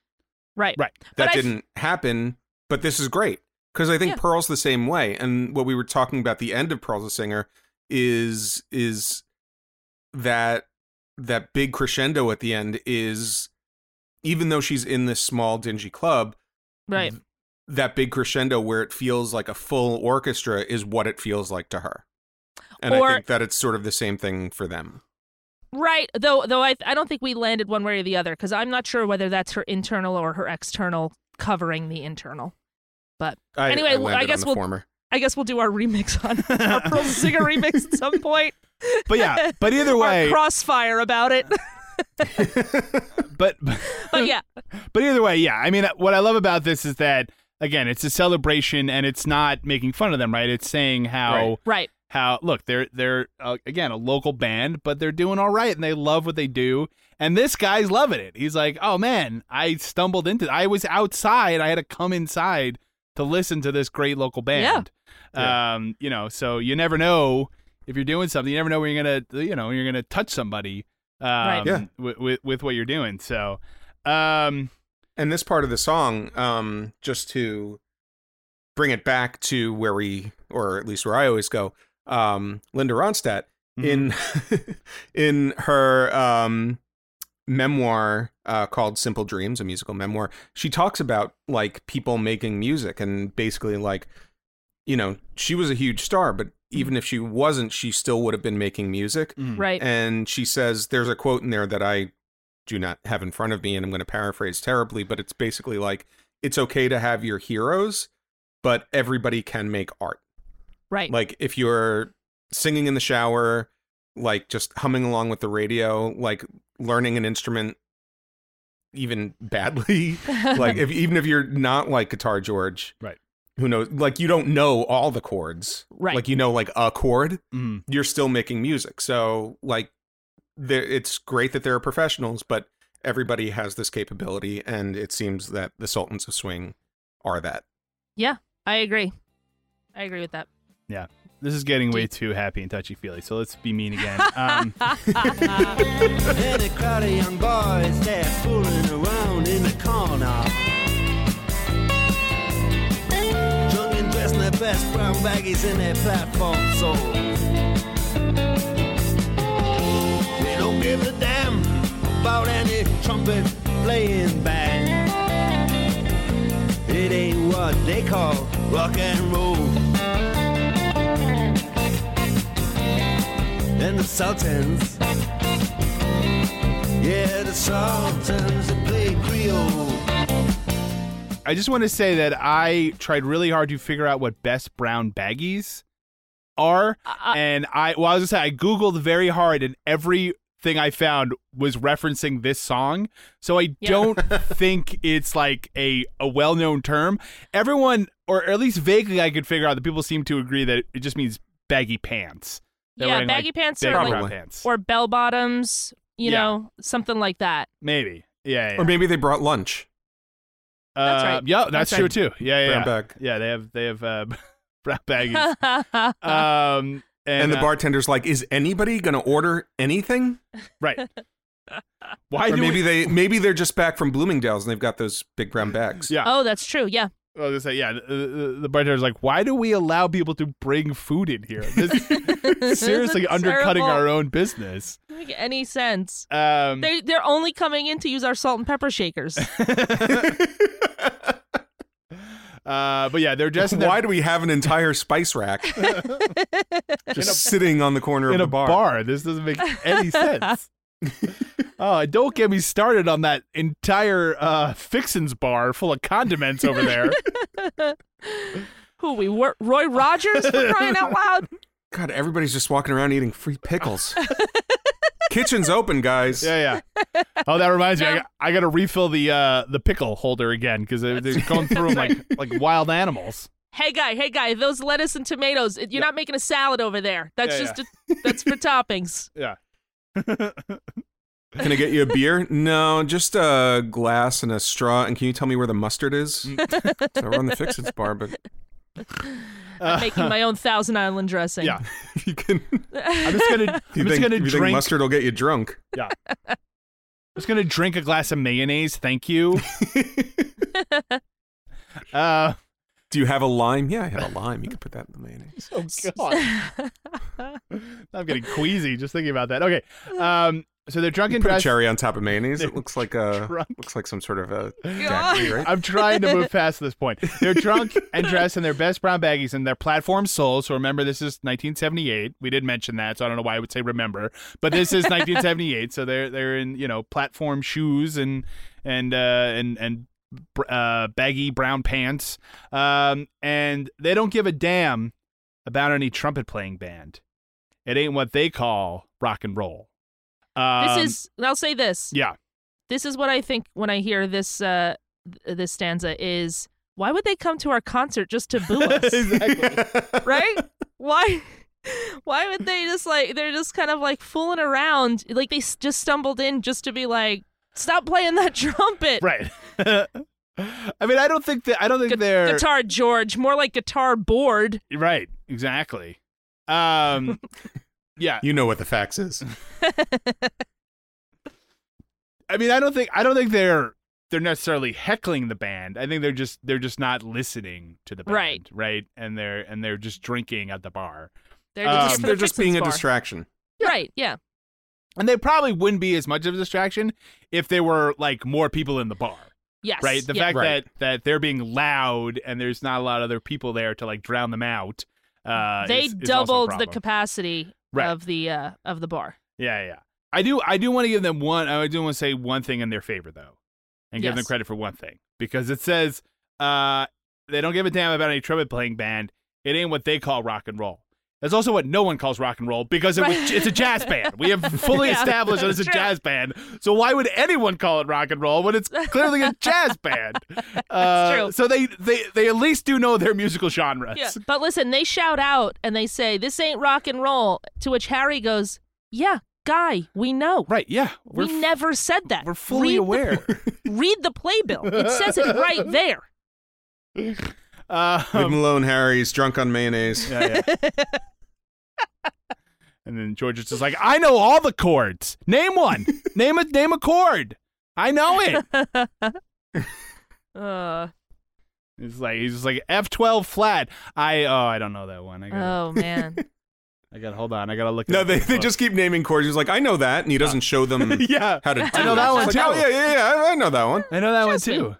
S3: Right.
S1: Right.
S3: But
S4: that
S3: I f-
S4: didn't happen, but this is great because I think
S3: Yeah.
S4: Pearl's the same way. And what we were talking about the end of Pearl's a Singer is is that that big crescendo at the end is even though she's in this small dingy club,
S3: Right.
S4: that big crescendo where it feels like a full orchestra is what it feels like to her. And
S3: Or-
S4: I think that it's sort of the same thing for them. Mm-hmm.
S3: Right. Though though I I don't think we landed one way or the other cuz I'm not sure whether that's her internal or her external covering the internal.
S4: I,
S3: Anyway,
S4: I,
S3: well, I
S4: landed on
S3: guess
S4: the
S3: we'll-
S4: former.
S3: I guess we'll do our remix on our Pearl Singer remix at some point.
S1: But yeah, but either
S3: Or
S1: way,
S3: crossfire about it.
S1: but
S3: but yeah.
S1: but either way, yeah. I mean, what I love about this is that again, it's a celebration and it's not making fun of them, right? It's saying how
S4: Right.
S3: Right.
S1: how look they're they're uh, again a local band but they're doing all right and they love what they do and this guy's loving it he's like oh man i stumbled into i was outside i had to come inside to listen to this great local band um you know so you never know if you're doing something you never know when you're gonna you know when you're gonna touch somebody um
S3: Right.
S4: Yeah.
S1: with, with with what you're doing so um
S4: and this part of the song um just to bring it back to where we or at least where i always go um linda ronstadt in in her um memoir uh called simple dreams a musical memoir she talks about like people making music and basically like you know she was a huge star but even if she wasn't she still would have been making music
S1: mm-hmm.
S3: Right.
S4: Hmm. and she says there's a quote in there that I do not have in front of me and I'm going to paraphrase terribly but it's basically like it's okay to have your heroes but everybody can make art.
S3: Right.
S4: Like if you're singing in the shower, like just humming along with the radio, like learning an instrument even badly, like if even if you're not like guitar George.
S1: Right.
S4: Who knows? Like you don't know all the chords.
S3: Right.
S4: Like you know like a chord
S1: mm,
S4: you're still making music. So like there it's great that there are professionals, but everybody has this capability and it seems that the Sultans of Swing are that.
S3: yeah. I agree. I agree with that.
S1: this is getting way too happy and touchy feely so let's be mean again um
S5: And a crowd of young boys there fooling around in the corner. Drunk and dressed in their best brown baggies in their platform soles. They don't give a damn about any trumpet playing band. It ain't what they call rock and roll. And the Sultans. Yeah, the Sultans that play Creole.
S1: I just want to say that I tried really hard to figure out what best brown baggies are,
S3: I-
S1: and I well, I was gonna say I googled very hard, and everything I found was referencing this song. So I
S3: Yeah.
S1: don't think it's like a a well known term. Everyone, or at least vaguely, I could figure out that people seem to agree that it just means baggy pants. They're
S3: yeah,
S1: wearing,
S3: baggy
S1: like,
S3: pants
S1: big
S3: are like
S1: brown
S4: like-
S1: pants,
S3: or bell bottoms, you
S1: Yeah.
S3: know, something like that.
S1: maybe. Yeah, yeah.
S4: Or maybe they brought lunch.
S3: That's
S1: Uh,
S3: right.
S1: Yeah, that's,
S3: That's
S1: true
S3: right.
S1: too. Yeah, yeah,
S4: Brown
S1: yeah.
S4: bag.
S1: Yeah, they have they have uh, brown baggies.
S3: right.
S1: um and,
S4: And, the
S1: uh,
S4: bartender's like, is anybody gonna order anything?
S1: right why
S4: or
S1: do
S4: maybe
S1: we,
S4: they maybe they're just back from Bloomingdale's and they've got those big brown bags.
S1: yeah
S3: Oh, that's true. Yeah.
S1: i was gonna say yeah the, the, the bartender's like why do we allow people to bring food in here this seriously undercutting
S3: Terrible.
S1: our own business
S3: Doesn't make any sense.
S1: um
S3: They they're only coming in to use our salt and pepper shakers.
S1: uh but yeah they're dressed in their-
S4: Why do we have an entire spice rack just sitting on the corner
S1: in
S4: of
S1: a
S4: the bar?
S1: bar this doesn't make any sense Oh, don't get me started on that entire uh, fixins bar full of condiments over there.
S3: Who we were Roy Rogers for crying out loud.
S4: God, everybody's just walking around eating free pickles. Kitchen's open, guys.
S1: Yeah, yeah. Oh, that reminds me. I got, I got to refill the uh, the pickle holder again because they're, they're going through them like like wild animals.
S3: Hey guy, hey guy, those lettuce and tomatoes. You're not making a salad over there. That's
S1: Yeah,
S3: just A, that's for toppings.
S1: Yeah.
S4: Can I get you a beer? No, just a glass and a straw. And can you tell me where the mustard is? so
S1: Mm.
S4: we're on the Fixins bar, but
S3: I'm making my own Thousand Island dressing.
S1: Yeah.
S4: you can.
S1: I'm just gonna.
S4: You
S1: I'm just
S4: think,
S1: gonna
S4: you think
S1: drink.
S4: mustard will get you drunk?
S1: Yeah. was gonna drink a glass of mayonnaise. Thank you. uh,
S4: Do you have a lime? Yeah, I have a lime. You can put that in the mayonnaise.
S1: oh God. I'm getting queasy just thinking about that. Okay. Um, so they're drunk and
S4: Put a
S1: dressed.
S4: cherry on top of mayonnaise. It looks like a
S1: Drunk.
S4: looks like some sort of a daiquiri, right?
S1: I'm trying to move past this point. They're drunk and dressed in their best brown baggies and their platform soles. So remember, this is 1978. We did mention that, so I don't know why I would say remember, but this is 1978. So they're they're in you know platform shoes and and uh, and and br- uh, baggy brown pants, um, and they don't give a damn about any trumpet playing band. It ain't what they call rock and roll. Um,
S3: this is. I'll say this.
S1: yeah.
S3: This is what I think when I hear this. Uh, th- this stanza is. Why would they come to our concert just to boo us? right? Why? Why would they just like they're just kind of like fooling around? Like they s- just stumbled in just to be like, stop playing that trumpet,
S1: Right. I mean, I don't think that I don't think
S3: Gu-
S1: they're
S3: guitar George, more like guitar board.
S1: right. Exactly. Um, yeah.
S4: You know what the fax is.
S1: I mean, I don't think I don't think they're they're necessarily heckling the band. I think they're just they're just not listening to the band,
S3: Right.
S1: Right. And they're and they're just drinking at the bar,
S3: They're
S1: Um,
S3: just, here for the
S4: They're just
S3: fixins'
S4: being a
S3: bar.
S4: distraction.
S3: Right? Yeah.
S1: and they probably wouldn't be as much of a distraction if there were like more people in the bar.
S3: Yes.
S1: Right. The
S3: yeah.
S1: fact
S4: Right.
S1: that that they're being loud and there's not a lot of other people there to like drown them out. Uh,
S3: they
S1: is- is also a
S3: doubled the
S1: problem.
S3: capacity
S1: Right.
S3: of the uh, of the bar.
S1: Yeah, yeah. I do. I do want to give them one. I do want to say one thing in their favor though, and give them
S3: Yes.
S1: credit for one thing because it says uh, they don't give a damn about any trumpet playing band. It ain't what they call rock and roll. That's also what no one calls rock and roll because it was,
S3: Right.
S1: it's a jazz band. We have fully
S3: Yeah,
S1: established that it's a
S3: true.
S1: jazz band. So why would anyone call it rock and roll when it's clearly a jazz band? Uh,
S3: true.
S1: So they, they they at least do know their musical genres.
S3: Yeah. But listen, they shout out and they say, "This ain't rock and roll." To which Harry goes, "Yeah, guy, we know.
S1: Right. Yeah. We're
S3: We
S1: f-
S3: never said that.
S1: we're fully
S3: Read the-
S1: aware.
S3: read the playbill. It says it right there.
S1: uh,
S4: Leave him alone, Harry. He's drunk on mayonnaise.
S1: Yeah, yeah. and then George is just like, I know all the chords. Name one. name a name a chord. I know it. Oh
S3: Uh,
S1: It's like he's just like F twelve flat. I oh I don't know that one. I got to
S3: oh man.
S1: I got to hold on. I gotta look. it
S4: No,
S1: up
S4: they,
S1: in the
S4: they
S1: book.
S4: just keep naming chords. He's like, I know that, and he doesn't show them
S1: Ah. yeah.
S4: how to. Do
S1: I know
S4: it.
S1: that
S4: It's
S1: one
S4: like,
S1: too.
S4: Oh yeah, yeah, yeah. I, I know that one.
S1: I know that one
S3: Trust me.
S1: too.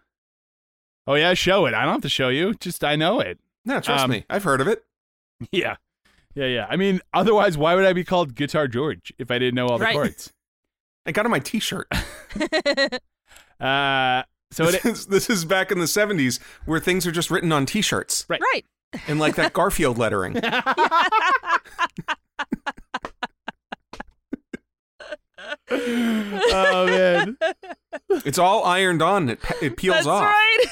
S1: Oh yeah, show it. I don't have to show you. Just I know it.
S4: No, trust
S1: Um,
S4: me. I've heard of it.
S1: Yeah. Yeah, yeah. I mean, otherwise, why would I be called Guitar George if I didn't know all the
S3: Right.
S1: chords?
S4: I got it on my T-shirt.
S1: Uh, so it,
S4: This is, this is back in the '70s, where things are just written on T-shirts
S3: right.
S4: and like that Garfield lettering.
S1: oh man,
S4: It's all ironed on. It, pe- it peels
S3: That's
S4: off.
S3: right.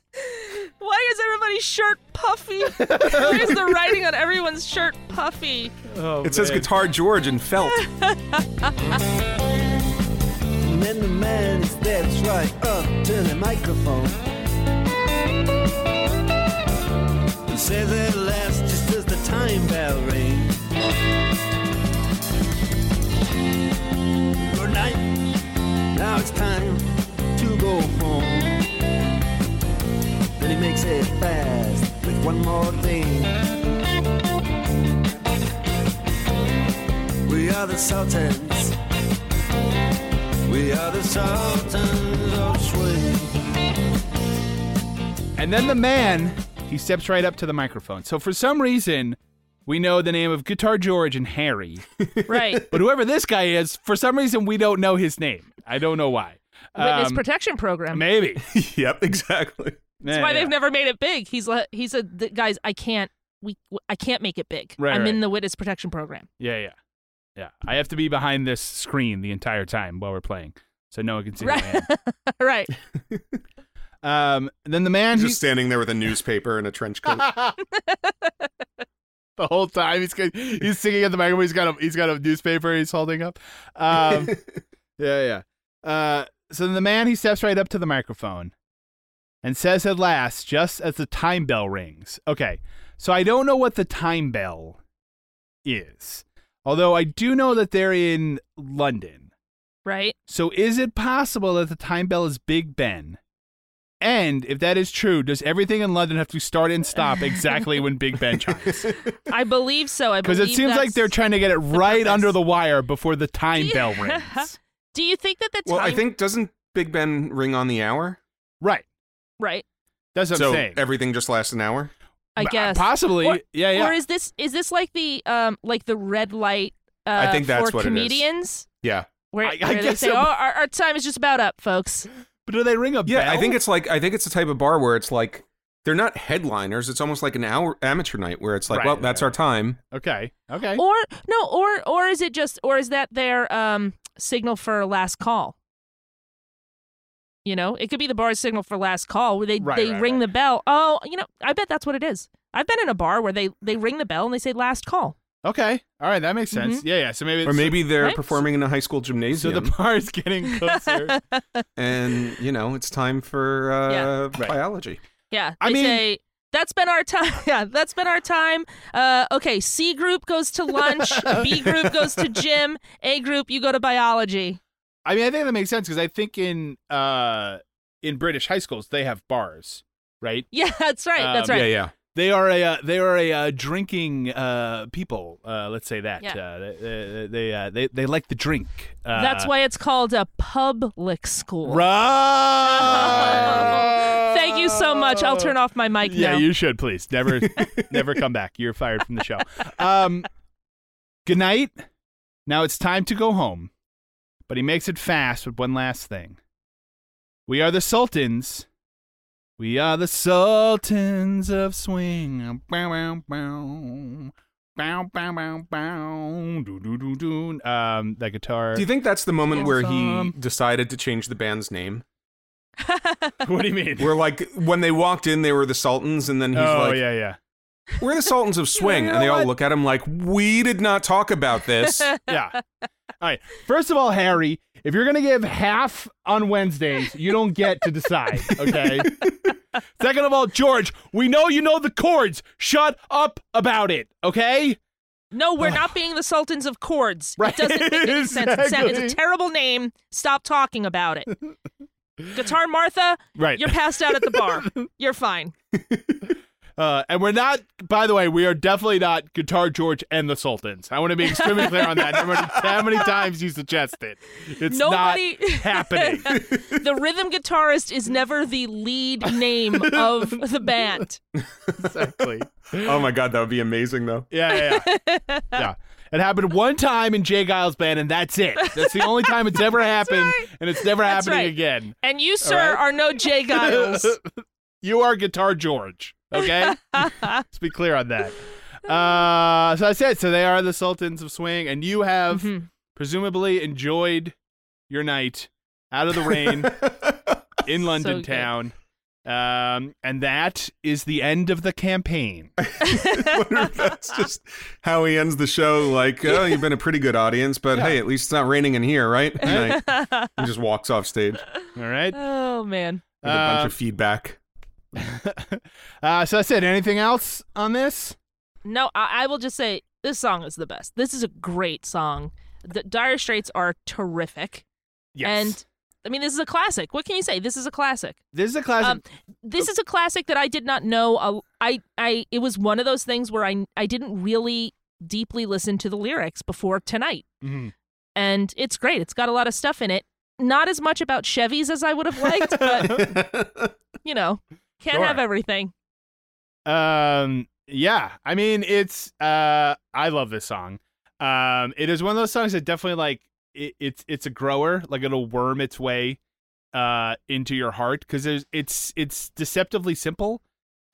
S3: Why is everybody's shirt puffy? Why is the writing on everyone's shirt puffy?
S1: oh,
S4: It says
S1: man.
S4: Guitar George and felt.
S5: And then the man steps right up to the microphone and says at last, just as the time bell rings. Good night. Now it's time to go home. Then he makes it fast with one more thing. We are the Sultans. We are the Sultans of Swing.
S1: And then the man, he steps right up to the microphone. So for some reason, we know the name of Guitar George and Harry,
S3: Right.
S1: but whoever this guy is, for some reason, we don't know his name. I don't know why.
S3: Witness
S1: Um,
S3: protection program.
S1: Maybe
S4: yep, exactly.
S3: That's why they've never made it big. He's like, he said, "Th- guys, I can't. We, I can't make it big.
S1: Right,
S3: I'm
S1: right.
S3: in the witness protection program.
S1: Yeah, yeah, yeah. I have to be behind this screen the entire time while we're playing, so no one can see who
S3: Right. right.
S1: I am. Um, and then the man,
S4: Just
S1: who's
S4: standing there with a newspaper and a trench coat.
S1: the whole time he's got, he's singing at the microphone. He's got a he's got a newspaper he's holding up. Um, yeah, yeah. Uh, so the man he steps right up to the microphone and says at last, just as the time bell rings. Okay, so I don't know what the time bell is, although I do know that they're in London.
S3: right?
S1: So is it possible that the time bell is Big Ben? And if that is true, does everything in London have to start and stop exactly when Big Ben chimes?
S3: I believe so. I
S1: Because it
S3: believe
S1: seems like
S3: that's-
S1: they're trying to get it right
S3: purpose.
S1: under the wire before the time bell
S3: Yeah.
S1: rings.
S3: Do you think that the time?
S4: Well, I think doesn't Big Ben ring on the hour?
S1: Right.
S3: right.
S1: That's what
S4: so
S1: I'm saying.
S4: everything just lasts an hour.
S3: I
S1: Uh,
S3: guess
S1: Possibly.
S3: Or-
S1: yeah, yeah.
S3: Or is this is this like the um like the red light? Uh,
S4: I think that's
S3: for
S4: what it is.
S3: comedians.
S4: Yeah.
S3: Where,
S1: I- I
S3: where they
S1: guess
S3: say,
S1: so,
S3: "Oh,
S1: but-
S3: our, our time is just about up, folks."
S1: but do they ring a
S4: Yeah,
S1: bell?
S4: I think it's like I think it's the type of bar where it's like they're not headliners. It's almost like an hour amateur night where it's like,
S1: Right,
S4: well,
S1: right,
S4: that's
S1: right.
S4: our time.
S1: Okay. Okay.
S3: Or no, or or is it just or is that their um signal for last call? You know, it could be the bar's signal for last call where they
S1: Right,
S3: they
S1: right,
S3: ring
S1: right.
S3: the bell. Oh, you know, I bet that's what it is. I've been in a bar where they they ring the bell and they say last call.
S1: Okay. All right. That makes
S3: Mm-hmm.
S1: sense. Yeah, yeah. So maybe
S4: Or
S1: it's-
S4: maybe they're
S3: Right?
S4: performing in a high school
S1: so
S4: gymnasium,
S1: the bar is getting closer.
S4: and you know it's time for uh,
S3: Yeah.
S1: Right.
S4: biology.
S3: Yeah,
S1: I
S3: they
S1: mean-
S3: say that's been our time. Yeah, that's been our time. Uh, okay, C group goes to lunch. B group goes to gym. A group, you go to biology.
S1: I mean, I think that makes sense because I think in uh in British high schools they have bars, right?
S3: Yeah, that's right. that's
S1: Um,
S3: right.
S4: yeah.
S1: They are a uh, they are a uh, drinking uh people. Uh, let's say that.
S3: Yeah.
S1: Uh, they they they, uh, they they like the drink. Uh,
S3: that's why it's called a public school.
S1: Right.
S3: Thank you so much. I'll turn off my mic
S1: Yeah,
S3: now.
S1: you should please never never come back. You're fired from the show. Um, good night. Now it's time to go home, but he makes it fast with one last thing. We are the Sultans. We are the Sultans of Swing. Bow, bow, bow. Bow, bow, bow, bow. Doo, doo, doo, doo. Um, that guitar.
S4: Do you think that's the moment where he
S1: Awesome.
S4: decided to change the band's name?
S1: what do you mean?
S4: Where like when they walked in, they were the Sultans, and then he's
S1: oh
S4: like,
S1: yeah, yeah,
S4: "We're the Sultans of Swing," and they all look at him like, "We did not talk about this."
S1: yeah. All right. First of all, Harry, if you're gonna give half on Wednesdays, you don't get to decide. Okay. Second of all, George, we know you know the chords. Shut up about it. Okay.
S3: no, we're not being the Sultans of Chords.
S1: Right,
S3: It doesn't make any sense. It's a-
S1: exactly.
S3: It's a terrible name. Stop talking about it. Guitar Martha,
S1: Right.
S3: you're passed out at the bar. You're fine.
S1: Uh, and we're not. By the way, we are definitely not Guitar George and the Sultans. I want to be extremely clear on that. No matter how many times you suggest it, it's
S3: Nobody
S1: not happening.
S3: the rhythm guitarist is never the lead name of the band.
S1: exactly.
S4: oh my god, that would be amazing though.
S1: Yeah, yeah, yeah. yeah. It happened one time in Jay Giles' band, and that's it. That's the only time it's ever happened, and it's never
S3: That's
S1: happening
S3: right.
S1: again.
S3: And you, sir,
S1: right.
S3: are no Jay Giles.
S1: you are Guitar George, okay? Let's be clear on that. Uh, so I said, so they are the Sultans of Swing, and you have
S3: Mhm.
S1: presumably enjoyed your night out of the rain in London
S3: good.
S1: town. Um, and that is the end of the campaign.
S4: wonder if that's just how he ends the show. Like, oh, you've been a pretty good audience, but hey, at least it's not raining in here, right? And I- he just walks off stage with
S1: All right.
S3: oh man.
S4: a bunch of feedback.
S1: Uh, so I said, anything else on this?
S3: No, I-, I will just say this song is the best. This is a great song. The Dire Straits are terrific. And I mean, this is a classic. What can you say? This is a classic.
S1: this is a classic.
S3: Um, this is a classic that I did not know. Uh, I, I, it was one of those things where I, I didn't really deeply listen to the lyrics before tonight,
S1: Mhm.
S3: and it's great. It's got a lot of stuff in it. Not as much about Chevys as I would have liked, but you know, can't
S1: Sure.
S3: have everything.
S1: Um, yeah, I mean, it's uh, I love this song. Um, it is one of those songs that definitely like it, it's it's a grower, like it'll worm its way uh into your heart because there's it's it's deceptively simple.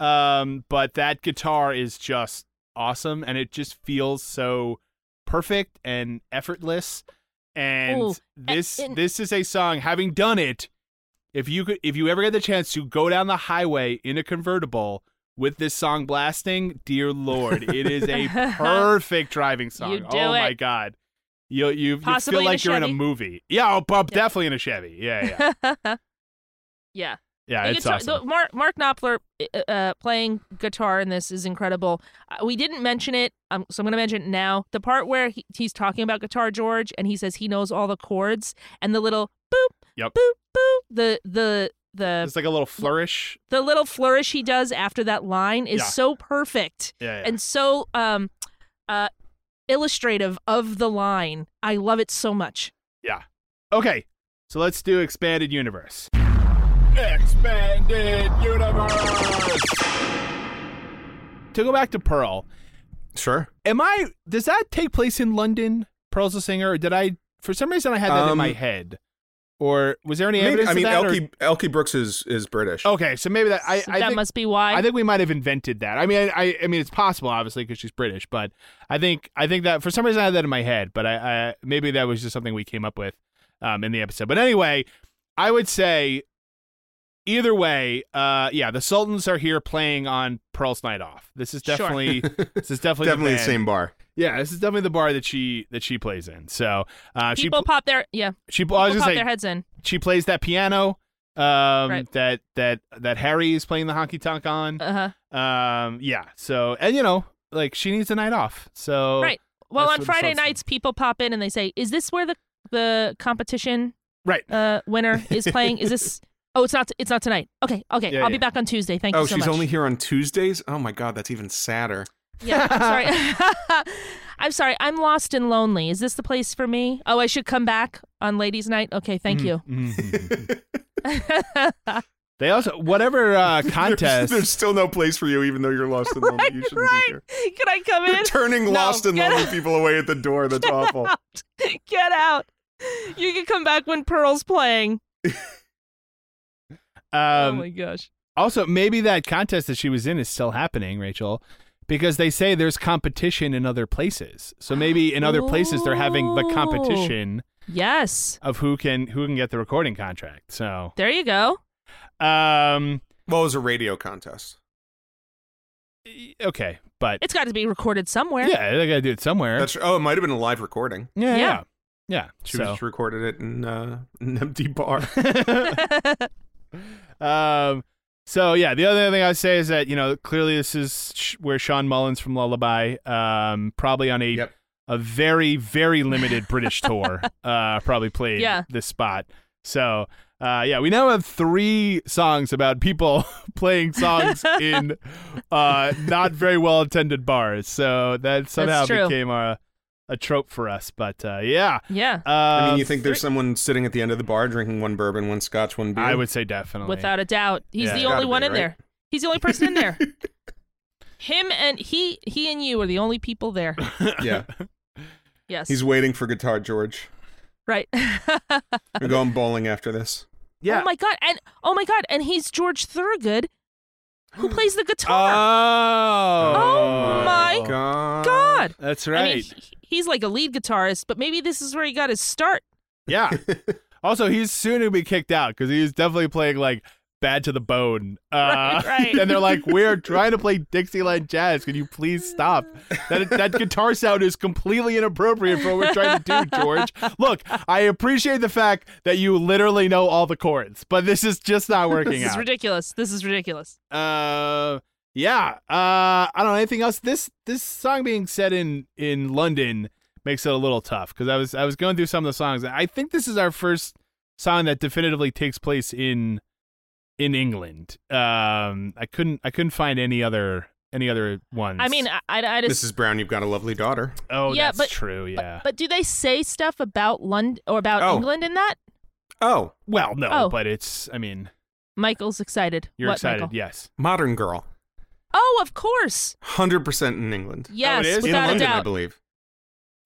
S1: Um, but that guitar is just awesome, and it just feels so perfect and effortless. And
S3: Ooh, a-
S1: this
S3: and-
S1: this is a song having done it. If you could, if you ever get the chance to go down the highway in a convertible with this song blasting, dear lord, it is a perfect driving song.
S3: You do
S1: oh my
S3: it.
S1: god, you you, you
S3: Possibly
S1: feel
S3: in a
S1: like you're in a
S3: Chevy?
S1: movie. Yeah, oh, bu-
S3: Yeah.
S1: definitely in a Chevy. Yeah, yeah.
S3: yeah,
S1: Yeah,
S3: The
S1: it's
S3: guitar-
S1: awesome.
S3: the- Mark, Mark Knopfler uh, uh, playing guitar in this is incredible. Uh, we didn't mention it, um, so I'm going to mention it now. The part where he, he's talking about Guitar George and he says he knows all the chords and the little boop,
S1: Yep.
S3: boop, boop, the the the
S1: It's like a little flourish.
S3: the little flourish he does after that line is
S1: Yeah.
S3: so perfect
S1: Yeah, yeah.
S3: and so um uh illustrative of the line. I love it so much.
S1: okay, so let's do expanded universe.
S6: Expanded universe.
S1: To go back to Pearl,
S4: Sure.
S1: am I? Does that take place in London? Pearl's a singer. Or did I? For some reason, I had that in
S4: Um,
S1: my head. Or was there any
S4: Maybe-
S1: evidence?
S4: I mean,
S1: of that, or-
S4: Elkie, Elkie Brooks is, is British.
S1: Okay, so maybe that. I,
S3: So
S1: I
S3: that
S1: think,
S3: must be why.
S1: I think we might have invented that. I mean, I, I mean, it's possible, obviously, because she's British. But I think, I think that for some reason I had that in my head. But I, I maybe that was just something we came up with um, in the episode. But anyway, I would say either way, uh, yeah, the Sultans are here playing on Pearl's night off. This is
S3: Sure.
S1: definitely, this is definitely,
S4: Definitely the
S1: band.
S4: same bar.
S1: Yeah, this is definitely the bar that she that she plays in. So uh, she
S3: people
S1: pl-
S3: pop their yeah,
S1: she
S3: people
S1: I was
S3: pop
S1: gonna say
S3: their heads in.
S1: she plays that piano. Um,
S3: Right.
S1: that that that Harry is playing the honky tonk on.
S3: Uh-huh.
S1: Um, yeah. So, and you know, like she needs a night off. So,
S3: Right. Well,
S1: That's what
S3: on
S1: it
S3: Friday
S1: sounds like.
S3: nights, people pop in and they say, "Is this where the the competition
S1: right.
S3: uh, winner is playing? Is this? Oh, it's not. It's not tonight. Okay, okay.
S1: Yeah,
S3: I'll
S1: yeah.
S3: be back on Tuesday. Thank
S4: oh,
S3: you so
S4: she's
S3: much.
S4: only here on Tuesdays? Oh my God, that's even sadder.
S3: Yeah, I'm sorry. I'm sorry. I'm lost and lonely. Is this the place for me? Oh, I should come back on Ladies' Night. Okay, thank
S4: Hmm.
S3: you.
S1: Mm-hmm. They also whatever uh,
S4: There's,
S1: contest.
S4: there's still no place for you, even though you're lost and lonely. You shouldn't
S3: right.
S4: be here.
S3: Can I come in?
S4: Turning
S3: No,
S4: lost and
S3: get
S4: lonely
S3: out.
S4: people away at the door. That's awful.
S3: Get out. You can come back when Pearl's playing. oh
S1: um,
S3: my gosh.
S1: also, maybe that contest that she was in is still happening, Rachel, because they say there's competition in other places. So maybe in other places they're having the
S3: Ooh.
S1: competition
S3: Yes.
S1: of who can who can get the recording contract. So,
S3: There you go.
S1: um,
S4: Well, it was a radio contest.
S1: okay, but
S3: It's got to be recorded somewhere.
S1: yeah, they gotta do it somewhere.
S4: That's oh, it might have been a live recording.
S1: yeah, yeah,
S3: Yeah.
S1: yeah.
S4: She
S1: so.
S4: just recorded it in uh, an empty bar.
S1: Um, so yeah, the other thing I would say is that you know clearly this is sh- where Sean Mullins from Lullaby, um, probably on a
S4: Yep.
S1: a very very limited British tour, uh, probably played
S3: Yeah.
S1: this spot. So uh, yeah, we now have three songs about people playing songs in uh, not very well attended bars. So that somehow
S3: true.
S1: became a a trope for us. But uh, yeah,
S3: yeah.
S1: uh,
S4: I mean, you think there's someone sitting at the end of the bar drinking one bourbon, one scotch, one beer?
S1: I would say definitely
S3: Without a doubt. He's
S1: Yeah.
S3: the
S4: Gotta
S3: only
S4: be,
S3: one in
S4: right?
S3: there. He's the only person in there. Him and he he and you are the only people there.
S4: Yeah,
S3: Yes.
S4: he's waiting for Guitar George.
S3: right.
S4: We're going bowling after this.
S1: yeah.
S3: Oh my god. And oh my god, and he's George Thurgood who plays the guitar.
S1: Uh, Oh.
S3: Oh my
S4: God.
S3: god.
S1: That's
S3: I
S1: right.
S3: mean, he- he's like a lead guitarist, but maybe this is where he got his start.
S1: yeah. also, he's soon to be kicked out because he's definitely playing like bad to the bone. Uh,
S3: Right, right.
S1: And they're like, "We're trying to play Dixieland jazz. Can you please stop? That that guitar sound is completely inappropriate for what we're trying to do, George. Look, I appreciate the fact that you literally know all the chords, but this is just not working
S3: This is
S1: out.
S3: ridiculous. This is ridiculous.
S1: uh yeah uh i don't know anything else this this song being set in in london makes it a little tough because i was i was going through some of the songs and i think this is our first song that definitively takes place in in england um i couldn't i couldn't find any other any other ones
S3: I mean, I, I, I just
S4: Mrs. Brown, you've got a lovely daughter.
S1: oh
S3: yeah,
S1: that's
S3: but-
S1: true yeah
S3: But do they say stuff about London or about
S4: Oh.
S3: England in that?
S4: Oh,
S1: well no
S3: Oh.
S1: but it's i mean
S3: Michael's excited.
S1: you're
S3: what,
S1: excited
S3: Michael?
S1: yes
S4: modern girl,
S3: Oh, of course.
S4: hundred percent in England.
S3: Yes,
S1: Oh, is? In
S4: in
S3: without
S4: London,
S3: a doubt.
S4: I believe.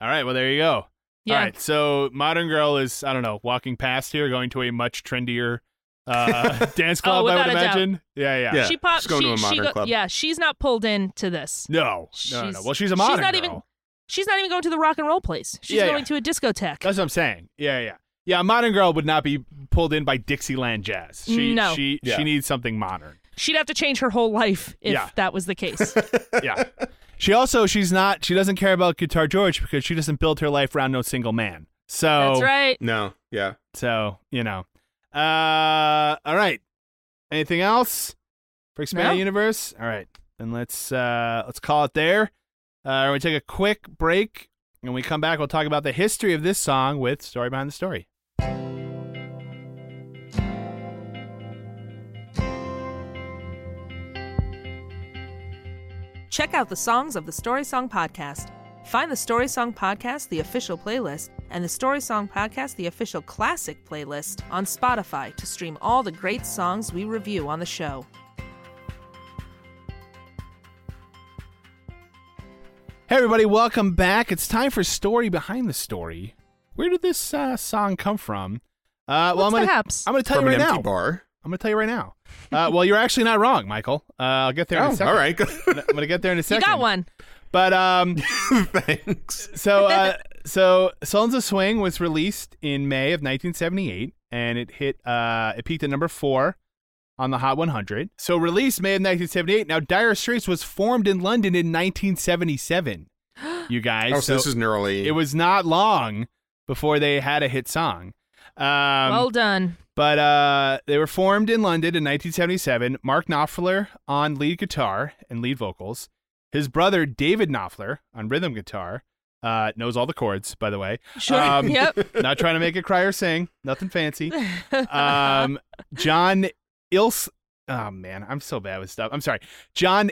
S1: all right well there you go
S3: Yeah.
S1: All right, so Modern Girl is I don't know walking past here, going to a much trendier uh, dance club. I
S3: Oh, without
S1: would
S3: a doubt.
S1: imagine. Yeah, yeah,
S4: Yeah.
S3: She pops.
S4: she's going
S3: she,
S4: to a
S3: she
S4: modern
S3: go-
S4: club.
S3: Yeah, she's not pulled in to this.
S1: No, no, no, no.
S3: She's-
S1: Well, she's a
S3: she's
S1: modern
S3: not
S1: girl.
S3: even- She's not even going to the rock and roll place. She's
S1: Yeah,
S3: going
S1: yeah.
S3: to a discotheque.
S1: That's what I'm saying. Yeah, yeah, yeah. A modern girl would not be pulled in by Dixieland jazz. She,
S3: No.
S1: she,
S4: Yeah.
S1: she needs something modern.
S3: She'd have to change her whole life if
S1: Yeah. Oh.
S3: that was the case.
S1: Yeah. she also she's not she doesn't care about Guitar George because she doesn't build her life around no single man. So
S3: That's right.
S4: No, yeah.
S1: So you know. Uh, all right. Anything else for expanded
S3: No.
S1: universe? All right, then let's uh, let's call it there. Uh, we take a quick break, and when we come back, we'll talk about the history of this song with story behind the story.
S3: Check out the songs of the Story Song Podcast. Find the Story Song Podcast, the official playlist, and the Story Song Podcast, the official classic playlist on Spotify to stream all the great songs we review on the show.
S1: Hey everybody, welcome back. It's time for story behind the story. Where did this uh, song come from? Uh, well, I'm
S3: What's
S1: gonna
S3: perhaps?
S1: I'm gonna tell
S4: from
S1: you
S4: an
S1: right
S4: empty
S1: now.
S4: bar.
S1: I'm gonna tell you right now. Uh, well, you're actually not wrong, Michael. Uh, I'll get there. in a
S4: Oh,
S1: second.
S4: all right.
S1: I'm gonna get there in a
S3: You
S1: second.
S3: got one.
S1: But um,
S4: Thanks.
S1: so uh, so Sons of Swing was released in May of 1978, and it hit uh, it peaked at number four on the Hot 100. So released May of 1978. Now Dire Straits was formed in London in 1977. You guys,
S4: Oh, so this is nearly.
S1: it was not long before they had a hit song. Um,
S3: well done.
S1: but uh, they were formed in London in 1977. Mark Knopfler on lead guitar and lead vocals. His brother David Knopfler on rhythm guitar uh, knows all the chords, by the way.
S3: Sure.
S1: Um,
S3: yep.
S1: Not trying to make it cry or sing, nothing fancy. Um, John Ilse, oh man, I'm so bad with stuff. I'm sorry. John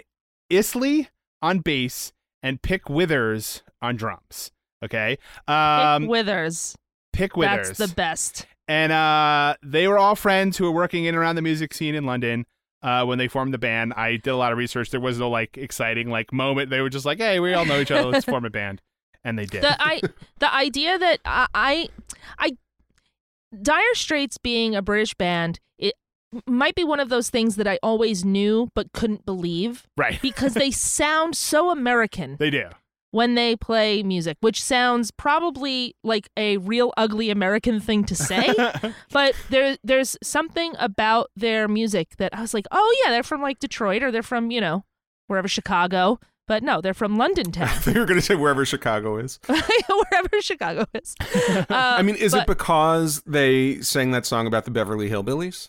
S1: Isley on bass and Pick Withers on drums. Okay. Um,
S3: Nick Withers.
S1: Pick Withers
S3: That's the best.
S1: and uh, they were all friends who were working in and around the music scene in London. Uh, when they formed the band, I did a lot of research. There was no like exciting like moment. They were just like, "Hey, we all know each other. Let's form a band," and they did.
S3: The I the idea that I, I I Dire Straits being a British band, it might be one of those things that I always knew but couldn't believe
S1: right?
S3: because they sound so American.
S1: they do.
S3: when they play music, which sounds probably like a real ugly American thing to say, but there there's something about their music that I was like, oh yeah, they're from like Detroit or they're from you know wherever Chicago, but no, they're from London
S4: I
S3: town,
S4: thought you were going to say wherever Chicago is.
S3: Uh, wherever Chicago is. Uh,
S4: I mean, is it
S3: but
S4: because they sang that song about the Beverly Hillbillies?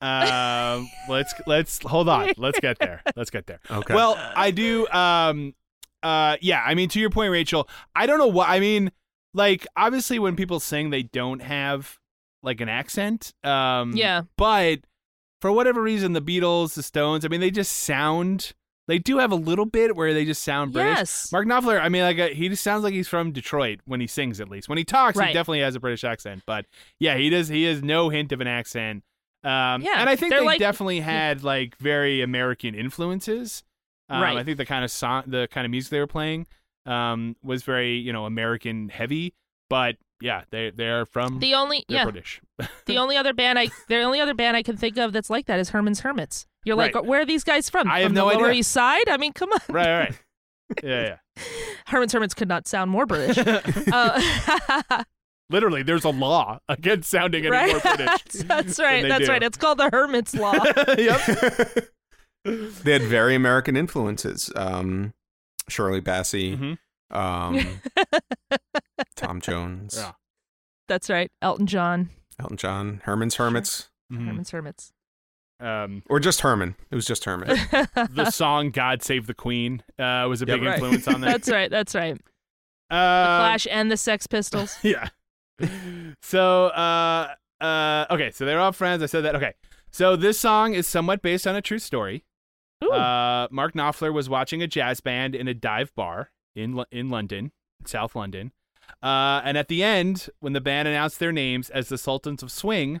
S1: Um, let's let's hold on. Let's get there. Let's get there.
S4: Okay.
S1: Well, I do. Um, uh, yeah. I mean, to your point, Rachel. I don't know what I mean. Like, obviously, when people sing, they don't have like an accent. Um,
S3: Yeah.
S1: But for whatever reason, the Beatles, the Stones. I mean, they just sound. They do have a little bit where they just sound British.
S3: Yes.
S1: Mark Knopfler. I mean, like uh, he just sounds like he's from Detroit when he sings. At least when he talks, he
S3: Right.
S1: definitely has a British accent. But yeah, he does. He has no hint of an accent. Um,
S3: Yeah,
S1: and I think
S3: they're
S1: they
S3: like-
S1: definitely had like very American influences. Um,
S3: Right.
S1: I think the kind of song, the kind of music they were playing, um, was very you know American heavy. But yeah, they they're from
S3: the only
S1: they're
S3: yeah
S1: British.
S3: the only other band I the only other band I can think of that's like that is Herman's Hermits. You're like,
S1: Right.
S3: where are these guys from?
S1: I have
S3: From the
S1: no idea.
S3: Lower East Side? I mean, come on.
S1: right, right. Yeah, yeah.
S3: Herman's Hermits could not sound more British. uh,
S1: Literally, there's a law against sounding any more
S3: right?
S1: British.
S3: that's, that's right.
S1: they
S3: That's
S1: do.
S3: right. It's called the Hermit's Law.
S1: yep.
S4: they had very American influences. Um, Shirley Bassey,
S1: Mhm.
S4: um, Tom Jones,
S1: Yeah.
S3: that's right. Elton John,
S4: Elton John, Herman's Hermits,
S1: Mhm.
S3: Herman's Hermits. Mm-hmm.
S1: Um,
S4: or just Herman. It was just Herman.
S1: the song "God Save the Queen" uh, was a
S4: Yep.
S1: big
S3: Right.
S1: influence on that.
S3: That's right. That's right. The
S1: Uh,
S3: Clash and the Sex Pistols.
S1: yeah. So, uh, uh, okay, so they're all friends. I said that. Okay. So this song is somewhat based on a true story.
S3: Ooh.
S1: Uh, Mark Knopfler was watching a jazz band in a dive bar in Lo- in London, South London. Uh, and at the end, when the band announced their names as the Sultans of Swing,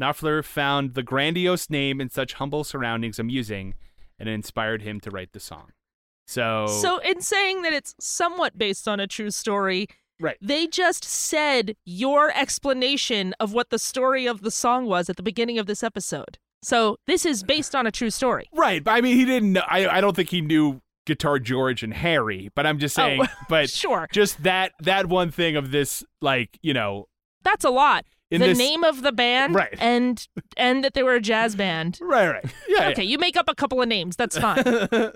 S1: Knopfler found the grandiose name in such humble surroundings amusing, and it inspired him to write the song. So,
S3: So, in saying that it's somewhat based on a true story,
S1: Right.
S3: They just said your explanation of what the story of the song was at the beginning of this episode. So this is based on a true story.
S1: Right, but I mean, he didn't. Know, I I don't think he knew Guitar George and Harry. But I'm just saying.
S3: Oh,
S1: but
S3: sure.
S1: just that that one thing of this, like you know,
S3: That's a lot.
S1: In
S3: the
S1: this-
S3: name of the band,
S1: Right.
S3: And and that they were a jazz band.
S1: right, Uh, right, yeah,
S3: Okay, you make up a couple of names. That's fine.
S1: yeah.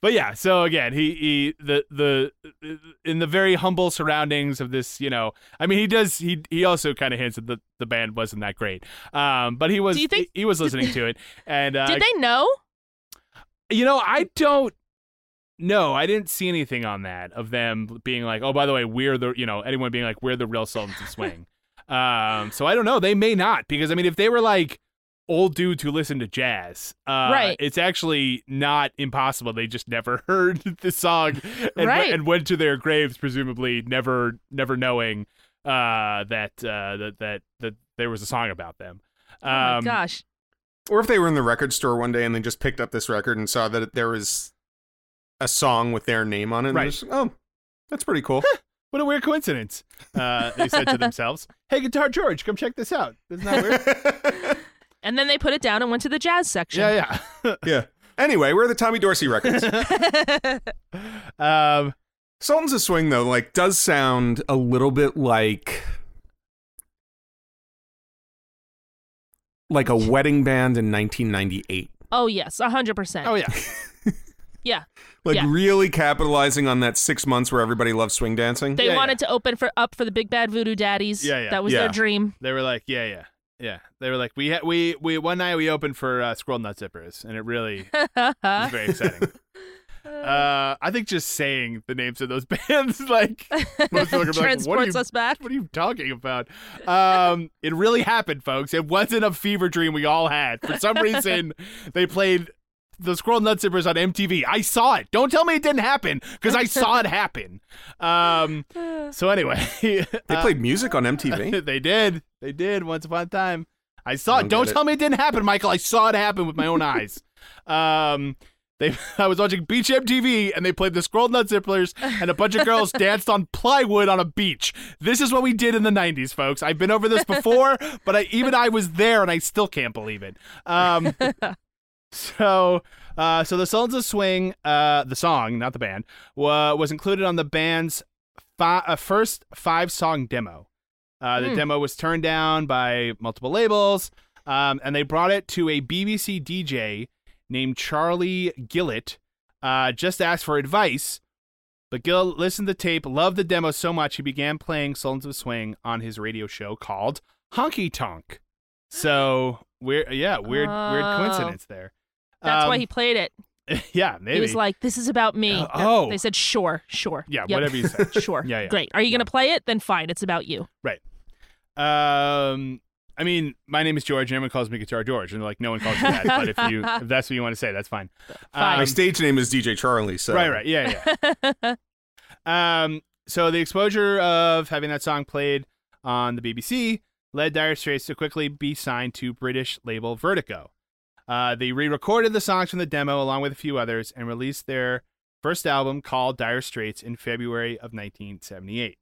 S1: but yeah, so again, he he the the in the very humble surroundings of this, you know, I mean, he does he he also kind of hints that the, the band wasn't that great, um, but he was
S3: Do you think-
S1: he, he was listening to it, and uh,
S3: Did they know?
S1: you know, I don't know. I didn't see anything on that of them being like, oh, by the way, we're the you know anyone being like we're the real Sultans of Swing. um, so I don't know. They may not because I mean, if they were like old dudes who listen to jazz, uh,
S3: Right.
S1: It's actually not impossible. They just never heard the song and,
S3: Right.
S1: and went to their graves presumably never never knowing uh that uh that that that there was a song about them um
S3: oh my gosh.
S4: Or if they were in the record store one day and they just picked up this record and saw that there was a song with their name on it. and
S1: Right.
S4: they're just, oh, that's pretty cool.
S1: What a weird coincidence, uh, they said to themselves. Hey, Guitar George, come check this out. Isn't that weird?
S3: And then they put it down and went to the jazz section.
S1: yeah, yeah.
S4: yeah. Anyway, we're the Tommy Dorsey records.
S1: Um,
S4: Sultans of Swing, though, like, does sound a little bit like. Like a wedding band in 1998.
S3: Oh yes, hundred percent.
S1: oh, yeah.
S3: yeah.
S4: Like,
S3: Yeah.
S4: really capitalizing on that six months where everybody loves swing dancing.
S3: They
S1: Yeah,
S3: wanted to open for up for the Big Bad Voodoo Daddies.
S1: Yeah, yeah.
S3: That was
S4: Yeah.
S3: their dream.
S1: They were like, yeah, yeah, yeah. They were like, we ha- we we one night we opened for uh, Squirrel Nut Zippers, and it really was very exciting. Uh, I think just saying the names of those bands, like, most people are gonna be like, "What are
S3: Transports
S1: you-
S3: us back.
S1: What are you talking about? Um, it really happened, folks. It wasn't a fever dream we all had. For some reason, they played the Squirrel Nut Zippers on MTV. I saw it. Don't tell me it didn't happen because I saw it happen. Um, so anyway,
S4: They
S1: uh,
S4: played music on MTV.
S1: they did. They did once upon a time. I saw
S4: I
S1: it.
S4: don't
S1: Don't
S4: get it.
S1: tell me it didn't happen, Michael. I saw it happen with my own eyes. Um, they, I was watching Beach MTV, and they played the Scroll Nut Zipplers, and a bunch of girls danced on plywood on a beach. This is what we did in the '90s, folks. I've been over this before, but I, even I was there, and I still can't believe it. Um, so, uh, so the Sultans of Swing, uh, the song, not the band, wa- was included on the band's fi- uh, first five song demo. Uh, the
S3: Hmm.
S1: demo was turned down by multiple labels, um, and they brought it to a BBC DJ named Charlie Gillett. Uh, just asked for advice, but Gill listened to the tape, loved the demo so much he began playing Sultans of Swing on his radio show called Honky Tonk. So weird, yeah, weird, weird
S3: Oh.
S1: coincidence there.
S3: That's why
S1: Um,
S3: he played it.
S1: yeah, maybe.
S3: He was like, "This is about me."
S1: Uh,
S3: That-
S1: oh.
S3: They said, "Sure, sure."
S1: yeah,
S3: Yep.
S1: whatever you say.
S3: Sure.
S1: Yeah, yeah.
S3: Great. Are you gonna play it? Then fine. It's about you.
S1: Um, I mean, my name is George, and everyone calls me Guitar George, and like no one calls me that. but if you, if that's what you want to say, that's fine.
S3: Fine.
S4: My
S1: Um,
S4: stage name is DJ Charlie, so
S1: Right, right, yeah, yeah. um, so the exposure of having that song played on the BBC led Dire Straits to quickly be signed to British label Vertigo. Uh, they re-recorded the songs from the demo along with a few others and released their first album called Dire Straits in February of 1978.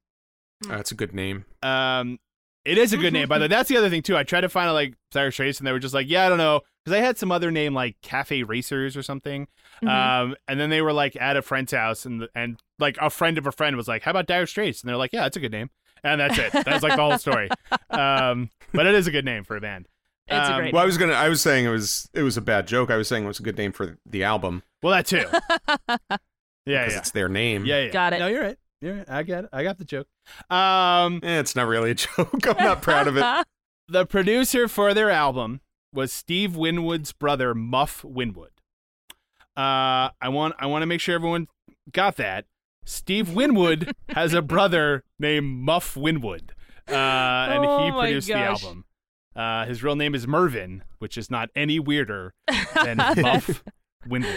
S4: That's a good name.
S1: Um, it is a good name, by the way. That's the other thing too. I tried to find out like Dire Straits, and they were just like, yeah, I don't know, because they had some other name like Cafe Racers or something.
S3: Mm-hmm.
S1: Um, and then they were like at a friend's house, and and like a friend of a friend was like, how about Dire Straits? And they're like, yeah, that's a good name, and that's it. That's like the whole story. Um, but it is a good name for a band.
S3: It's a
S1: Um,
S3: great.
S4: Well, I was gonna. I was saying it was. It was a bad joke. I was saying it was a good name for the album
S1: Well, that too. Yeah,
S4: because
S1: yeah,
S4: it's their name.
S1: yeah, yeah.
S3: Got it.
S1: No, you're right. You're right. I got it. I got the joke. Um,
S4: Eh, it's not really a joke. I'm not proud of it.
S3: Uh-huh.
S1: the producer for their album was Steve Winwood's brother, Muff Winwood. Uh, I want I want to make sure everyone got that. Steve Winwood has a brother named Muff Winwood, uh, and he
S3: Oh my
S1: produced
S3: gosh.
S1: the album. Uh, his real name is Mervin, which is not any weirder than Muff Winwood.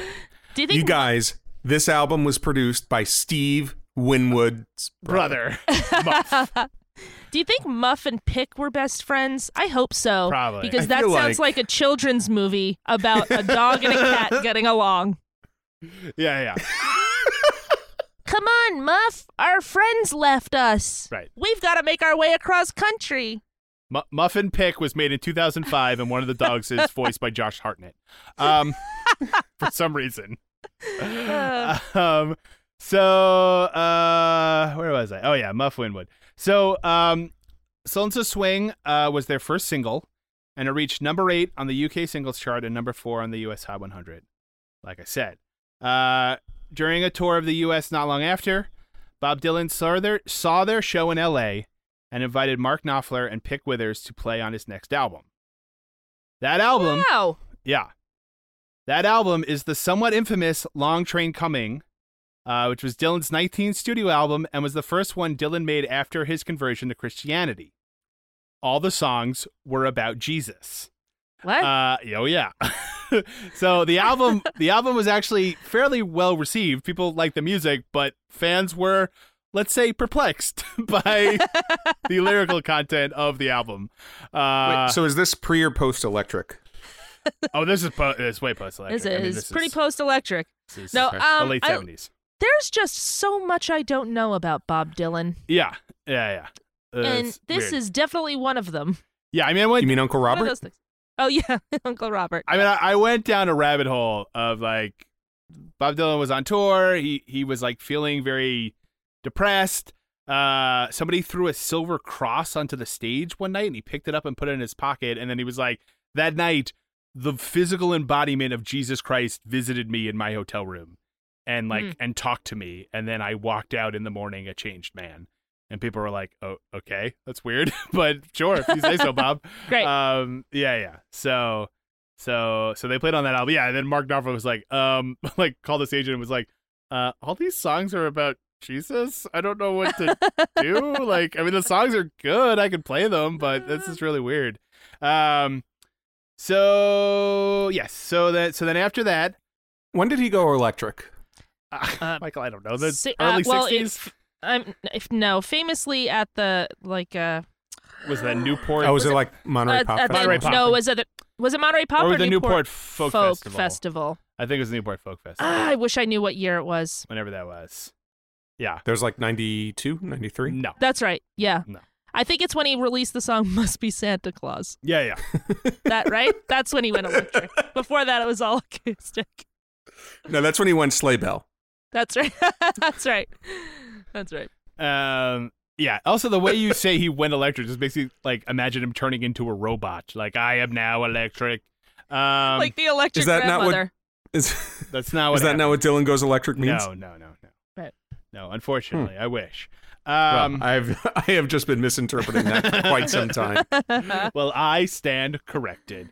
S3: Do you think
S4: You guys, this album was produced by Steve Winwood's brother.
S1: Brother, Muff.
S3: Do you think Muff and Pick were best friends? I hope so.
S1: Probably.
S3: Because
S4: I
S3: that
S4: feel
S3: sounds
S4: like-
S3: like... a children's movie about a dog and a cat getting along.
S1: Yeah, yeah.
S3: Come on, Muff. Our friends left us.
S1: Right.
S3: We've got to make our way across country.
S1: Mu- Muffin Pick was made in 2005, and one of the dogs is voiced by Josh Hartnett. Um, for some reason. Um, so uh, where was I? Oh yeah, Muff Winwood. So um, Sultans of Swing uh, was their first single, and it reached number eight on the UK singles chart and number four on the US Hot 100. Like I said, Uh, during a tour of the U.S. not long after, Bob Dylan saw their, saw their show in L.A. and invited Mark Knopfler and Pick Withers to play on his next album. That album,
S3: Wow.
S1: yeah, that album is the somewhat infamous Long Train Coming, uh, which was Dylan's 19th studio album and was the first one Dylan made after his conversion to Christianity. All the songs were about Jesus.
S3: What?
S1: Uh, oh yeah. so the album, the album was actually fairly well received. People liked the music, but fans were, let's say, perplexed by the lyrical content of the album. Uh,
S4: Wait, so is this pre or post electric?
S1: oh, this is po- this is way post electric.
S3: this is pretty post electric.
S1: post.
S3: No,
S1: the
S3: um,
S1: late
S3: I-
S1: seventies.
S3: There's just so much I don't know about Bob Dylan,
S1: Yeah, yeah, yeah. Uh,
S3: and
S1: it's
S3: this
S1: weird.
S3: is definitely one of them.
S1: yeah. I mean, I went
S4: You mean Uncle
S3: One of
S4: Robert?
S3: those things. Oh yeah, Uncle Robert.
S1: I mean, I, I went down a rabbit hole of like Bob Dylan was on tour. He he was like feeling very depressed. Uh, somebody threw a silver cross onto the stage one night, and he picked it up and put it in his pocket. And then he was like, that night, the physical embodiment of Jesus Christ visited me in my hotel room, and like
S3: Hmm.
S1: and talked to me. And then I walked out in the morning a changed man. And people were like, "Oh, okay, that's weird, but sure, if you say so, Bob."
S3: Great.
S1: Um, yeah, yeah. So, so, so they played on that album. Yeah, and then Mark Knopfler was like, um, like called this agent and was like, uh, all these songs are about Jesus. I don't know what to do. Like, I mean, the songs are good. I could play them, but this is really weird. Um, so yes, so that so then after that,
S4: When did he go electric?
S1: uh,
S3: Uh,
S1: Michael, I don't know the
S3: si- uh,
S1: early
S3: well, it-
S1: '60s
S3: I'm if no, famously at the like uh,
S1: was that Newport.
S4: Oh, was it like Monterey
S3: at,
S4: Pop?
S3: at the,
S4: Festival?
S1: Monterey Pop.
S3: no, was it was it Monterey Pop
S1: or
S3: or,
S1: was it Newport Folk,
S3: Folk,
S1: Festival?
S3: Festival?
S1: I think it was Newport Folk Festival.
S3: Ah, I wish I knew what year it was.
S1: whenever that was. Yeah.
S4: There's like 92, 93?
S1: No.
S3: That's right. Yeah.
S1: No.
S3: I think it's when he released the song "Must Be Santa Claus."
S1: Yeah, yeah.
S3: That right? That's when he went electric. Before that, it was all acoustic.
S4: No, that's when he went sleigh bell.
S3: That's right. That's right. That's right.
S1: Um, yeah. Also, the way you say he went electric just makes you like imagine him turning into a robot. Like I am now electric. Um,
S3: like the electric
S4: is that not what-
S3: grandmother.
S4: Is,
S1: that's not what.
S4: is that
S1: happened.
S4: not what Dylan goes electric means? Hmm.
S1: No, no, no, no.
S3: Right.
S1: No, unfortunately, I wish.
S4: Well,
S1: Um, well,
S4: I've I have just been misinterpreting that for quite some time.
S1: I, stand corrected.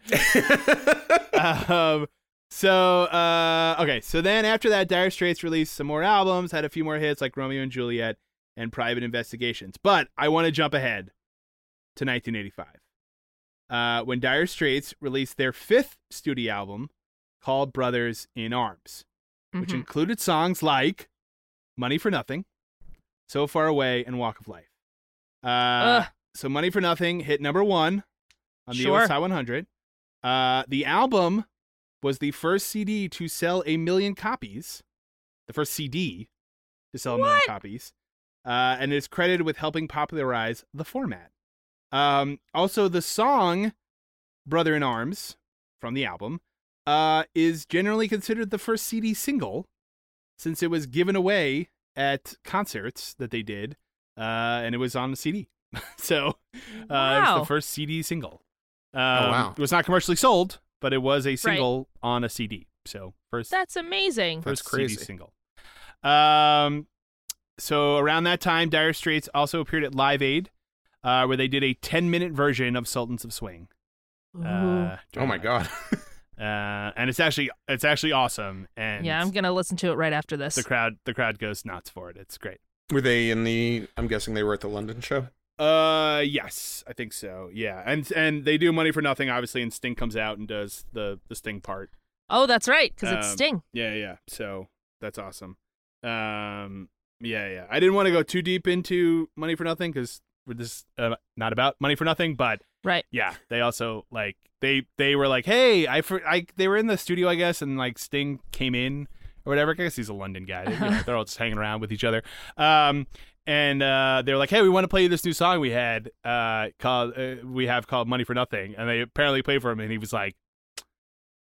S1: um, so uh, okay, so then after that, Dire Straits released some more albums, had a few more hits like Romeo and Juliet and Private Investigations. But I want to jump ahead. to 1985, uh, when Dire Straits released their fifth studio album called Brothers in Arms, which
S3: Mhm.
S1: included songs like Money for Nothing, So Far Away, and Walk of Life. Uh,
S3: Ugh.
S1: so Money for Nothing hit number one on the
S3: Sure.
S1: US Hot 100. Uh, the album was the first CD to sell a million copies, the first CD to sell a million
S3: What?
S1: copies, uh, and is credited with helping popularize the format. Um, also, the song "Brother in Arms" from the album uh, is generally considered the first CD single, since it was given away at concerts that they did, uh, and it was on the CD. so uh, it was
S3: Wow.
S1: the first CD single. Um,
S4: wow.
S1: It was not commercially sold, but it was a single on a CD. So first,
S3: That's amazing.
S4: That's
S1: first CD
S4: crazy.
S1: single. Um, so around that time, Dire Straits also appeared at Live Aid, uh, where they did a 10 minute version of Sultans of Swing.
S3: Ooh.
S1: Uh,
S4: Oh my god.
S1: Uh, and it's actually it's actually awesome. And
S3: yeah, I'm gonna listen to it right after this.
S1: the crowd the crowd goes nuts for it. It's great.
S4: Were they in the I'm guessing they were at the London show?
S1: Uh, yes, I think so. Yeah, and and they do Money for Nothing, obviously, and Sting comes out and does the the Sting part.
S3: oh, that's right, because it's
S1: Um,
S3: Sting.
S1: Yeah, yeah. So that's awesome. Um, yeah, yeah. I didn't want to go too deep into Money for Nothing because this is, uh, not about Money for Nothing, but
S3: Right.
S1: yeah, they also like they they were like, hey, I for I they were in the studio, I guess, and like Sting came in or whatever. I guess he's a London guy. They- you know, they're all just hanging around with each other. Um, and uh, they were like, hey, we want to play you this new song we had uh called uh, we have called Money for Nothing, and they apparently played for him, and he was like.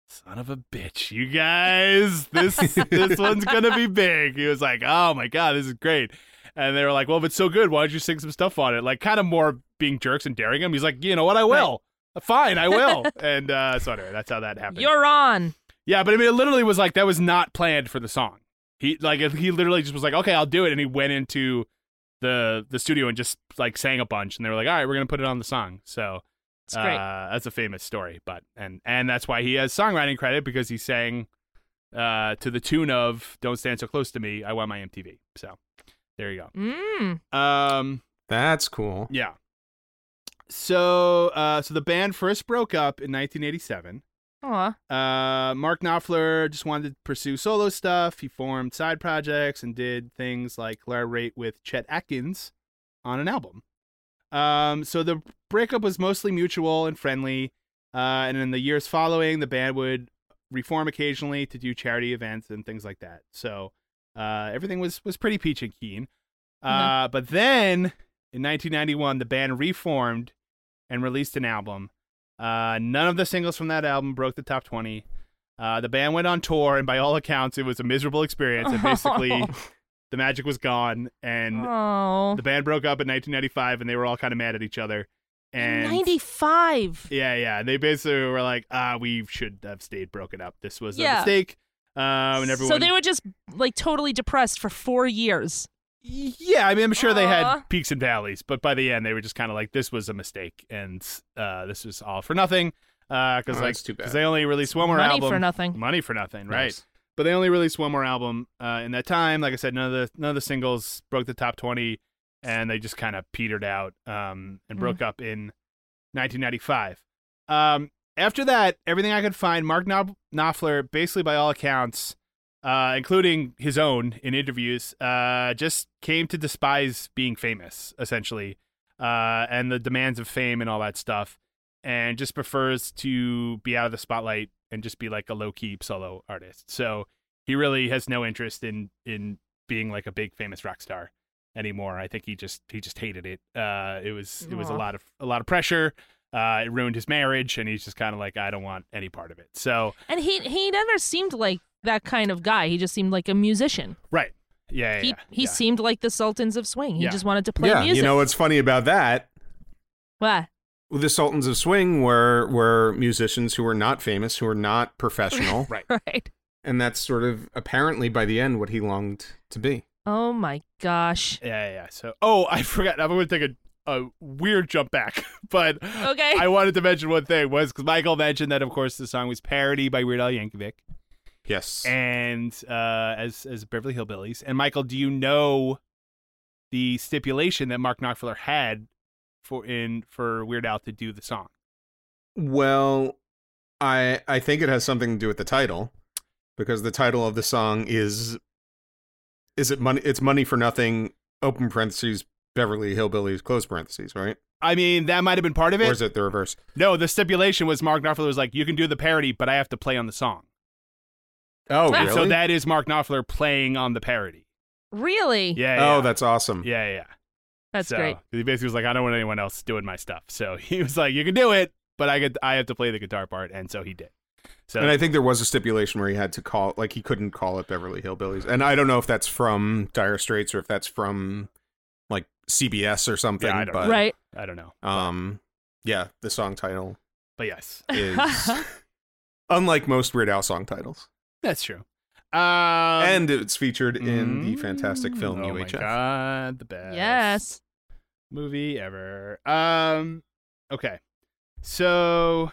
S1: Son of a bitch, you guys! This this one's gonna be big. He was like, "Oh my god, this is great!" And they were like, "Well, if it's so good, why don't you sing some stuff on it?" Like, kind of more being jerks and daring him. He's like, "You know what? I will. Fine, I will." and uh, so anyway, that's how that happened.
S3: You're on.
S1: Yeah, but I mean, it literally was like that was not planned for the song. He like he literally just was like, okay, I'll do it, and he went into the the studio and just like sang a bunch, and they were like, all right, we're gonna put it on the song. So
S3: It's great.
S1: uh, that's a famous story, but and and that's why he has songwriting credit because he sang uh, to the tune of "Don't Stand So Close to Me." I want my MTV. So there you
S3: Mm.
S1: go. Um,
S4: That's cool.
S1: yeah. So uh, so the band first broke up in 1987.
S3: Aw.
S1: Uh, Mark Knopfler just wanted to pursue solo stuff. He formed side projects and did things like collaborate with Chet Atkins on an album. Um, so the breakup was mostly mutual and friendly. Uh, and in the years following, the band would reform occasionally to do charity events and things like that. So uh, everything was was pretty peach and keen. Uh, but then in 1991, the band reformed and released an album. Uh, none of the singles from that album broke the top 20. Uh, the band went on tour, and by all accounts, it was a miserable experience. And basically, the magic was gone, and
S3: Oh.
S1: the band broke up in 1995, and they were all kind of mad at each other. And
S3: 95.
S1: yeah, yeah, they basically were like, "Ah, we should have stayed broken up. This was a
S3: Yeah.
S1: mistake." Um, and everyone.
S3: So they were just like totally depressed for four years.
S1: Yeah, I mean, I'm sure they
S3: Aw.
S1: had peaks and valleys, but by the end, they were just kind of like, "This was a mistake, and uh, this was all for nothing." Because
S4: Oh,
S1: like,
S4: that's too bad.
S1: they only released one more
S3: Money
S1: album
S3: for nothing.
S1: money for nothing, right?
S4: Nice.
S1: But they only released one more album uh, in that time. Like I said, none of the none of the singles broke the top twenty, and they just kind of petered out um, and broke up in 1995. Um, after that, everything I could find, Mark Knopf- Knopfler, basically by all accounts, uh, including his own in interviews, uh, just came to despise being famous, essentially, uh, and the demands of fame and all that stuff, and just prefers to be out of the spotlight and just be like a low key solo artist. So he really has no interest in in being like a big famous rock star anymore. I think he just he just hated it. Uh, it was it was a
S3: Aw.
S1: lot of a lot of pressure. Uh, it ruined his marriage, and he's just kind of like, I don't want any part of it. So
S3: And he he never seemed like that kind of guy. He just seemed like a musician.
S1: right, yeah, yeah,
S3: he
S1: yeah,
S3: he
S1: yeah.
S3: seemed like the Sultans of Swing. He
S1: Yeah.
S3: just wanted to play
S4: yeah,
S3: music.
S4: you know what's funny about that?
S3: what?
S4: The Sultans of Swing were were musicians who were not famous, who were not professional,
S1: Right.
S3: Right.
S4: and that's sort of apparently by the end what he longed to be.
S3: Oh my gosh.
S1: Yeah, yeah, yeah. So, oh, I forgot. I'm going to take a, a weird jump back, but
S3: Okay.
S1: I wanted to mention one thing was because Michael mentioned that, of course, the song was parody by Weird Al Yankovic
S4: Yes.
S1: and uh, as as Beverly Hillbillies. And Michael, do you know the stipulation that Mark Knopfler had for in for Weird Al to do the song?
S4: well, I I think it has something to do with the title because the title of the song is is it money it's money for nothing open parentheses Beverly Hillbillies close parentheses, right?
S1: I mean, that might have been part of
S4: Or
S1: it.
S4: is it the reverse?
S1: No, the stipulation was Mark Knopfler was like, you can do the parody, but I have to play on the song.
S4: Oh,
S3: Ah.
S4: really?
S1: So that is Mark Knopfler playing on the parody.
S3: really?
S1: Yeah. yeah.
S4: Oh, that's awesome.
S1: Yeah, yeah.
S3: That's
S1: so,
S3: great.
S1: He basically was like, I don't want anyone else doing my stuff. So he was like, you can do it, but I get, I have to play the guitar part, and so he did. So
S4: And I think there was a stipulation where he had to call, like he couldn't call it Beverly Hillbillies. And I don't know if that's from Dire Straits or if that's from like CBS or something.
S1: Yeah, I don't
S4: but
S1: know.
S3: Right.
S1: I don't know,
S4: um, yeah, the song title
S1: but yes,
S4: is unlike most Weird Al song titles,
S1: that's true. Um, mm,
S4: and it's featured in the fantastic film
S1: oh
S4: UHF.
S1: my god, the best
S3: Yes.
S1: movie ever. Um, okay, so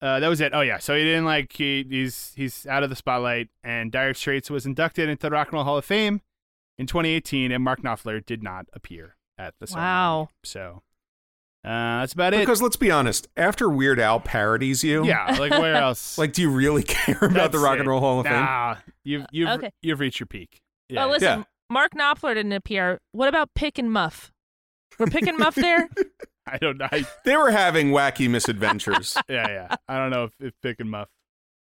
S1: uh, that was it. Oh yeah, so he didn't like he, he's he's out of the spotlight, and Dire Straits was inducted into the Rock and Roll Hall of Fame in 2018, and Mark Knopfler did not appear at the ceremony.
S3: Wow.
S1: So uh, that's about it.
S4: Because let's be honest, after Weird Al parodies you,
S1: yeah, like where else?
S4: like do you really care about the
S1: That's
S4: Rock
S1: it.
S4: and Roll Hall of Fame?
S1: nah, you've you've
S3: Okay.
S1: you've reached your peak. Yeah,
S3: But
S1: yeah.
S3: listen,
S4: Yeah.
S3: Mark Knopfler didn't appear. What about Pick and Muff? Were Pick and Muff there?
S1: I don't know. I-
S4: They were having wacky misadventures.
S1: yeah, yeah. I don't know if, if Pick and Muff.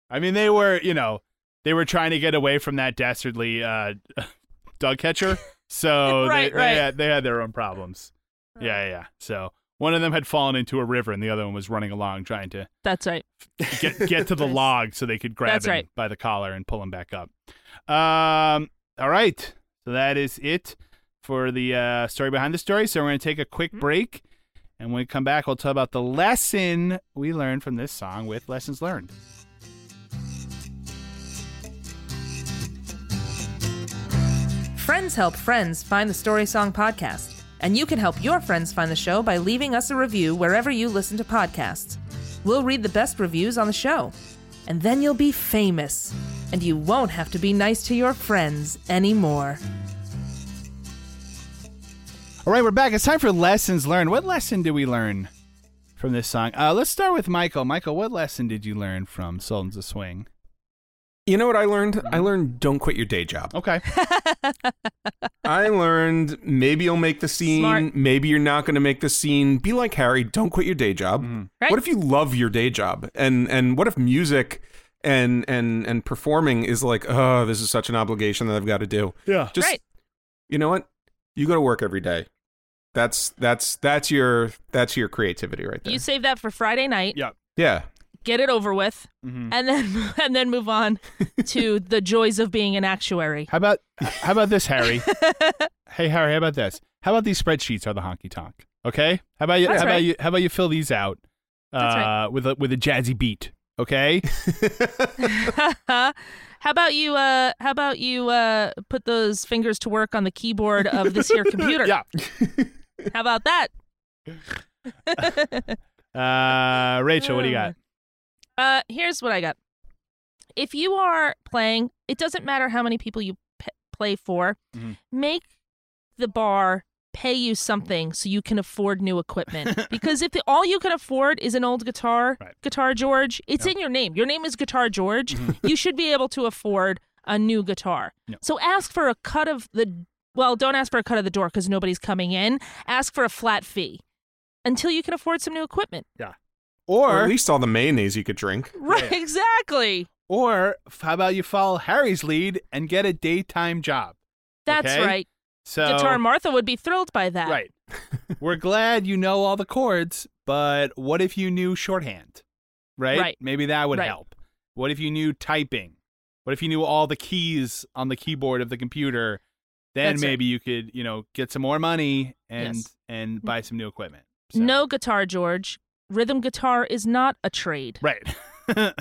S1: I mean, they were, you know, they were trying to get away from that dastardly uh, dog catcher. So
S3: Right,
S1: they,
S3: right.
S1: They, had, they had their own problems. Yeah, yeah. So one of them had fallen into a river, and the other one was running along trying to
S3: That's right.
S1: get get to the
S3: Nice.
S1: log so they could grab
S3: That's
S1: him
S3: right.
S1: by the collar and pull him back up. Um, all right, so that is it for the uh, story behind the story. So we're going to take a quick
S3: Mm-hmm.
S1: break, and when we come back, we'll talk about the lesson we learned from this song with lessons learned.
S3: Friends help friends find the Story Song podcast, and you can help your friends find the show by leaving us a review wherever you listen to podcasts. We'll read the best reviews on the show, and then you'll be famous, and you won't have to be nice to your friends anymore.
S1: All right, we're back. It's time for lessons learned. What lesson do we learn from this song? Uh, let's start with Michael. Michael, what lesson did you learn from Sultans of Swing?
S4: You know what I learned?
S1: Mm.
S4: I learned don't quit your day job.
S1: Okay.
S4: I learned maybe you'll make the scene,
S3: Smart.
S4: maybe you're not going to make the scene. Be like Harry, don't quit your day job.
S1: Mm-hmm.
S3: Right.
S4: What if you love your day job? And and what if music and and and performing is like, oh, this is such an obligation that I've got to do.
S1: Yeah.
S4: Just
S3: Right.
S4: you know what? You go to work every day. That's that's that's your that's your creativity right there.
S3: You save that for Friday night.
S1: Yeah.
S4: yeah.
S3: Get it over with,
S1: Mhm.
S3: and then and then move on to the joys of being an actuary.
S1: How about how about this, Harry? hey, Harry, how about this? How about these spreadsheets are the honky tonk? Okay. How about you?
S3: That's
S1: how about
S3: right.
S1: you? How about you fill these out uh,
S3: That's right.
S1: with a with a jazzy beat? Okay.
S3: how about you? Uh, how about you uh, put those fingers to work on the keyboard of this here computer?
S1: yeah.
S3: How about that?
S1: Uh, Rachel, what do you got?
S3: Uh, here's what I got. If you are playing, it doesn't matter how many people you p- play for.
S1: Mhm.
S3: Make the bar pay you something so you can afford new equipment. because if the, all you can afford is an old guitar,
S1: Right.
S3: Guitar George, it's in your name. Your name is Guitar George.
S1: Mm-hmm.
S3: you should be able to afford a new guitar.
S1: No.
S3: So ask for a cut of the well, don't ask for a cut of the door because nobody's coming in. Ask for a flat fee until you can afford some new equipment.
S4: Or
S1: Or
S4: at least all the mayonnaise you could drink.
S3: Right, exactly.
S1: or f- how about you follow Harry's lead and get a daytime job?
S3: That's
S1: Okay?
S3: right.
S1: So
S3: Guitar Martha would be thrilled by that.
S1: Right. We're glad you know all the chords, but what if you knew shorthand? Right?
S3: Right.
S1: Maybe that would
S3: Right.
S1: help. What if you knew typing? What if you knew all the keys on the keyboard of the computer? Then
S3: That's right.
S1: maybe you could, you know, get some more money and
S3: Yes.
S1: and buy some new equipment. So-
S3: No guitar, George. Rhythm guitar is not a trade.
S1: Right. yeah,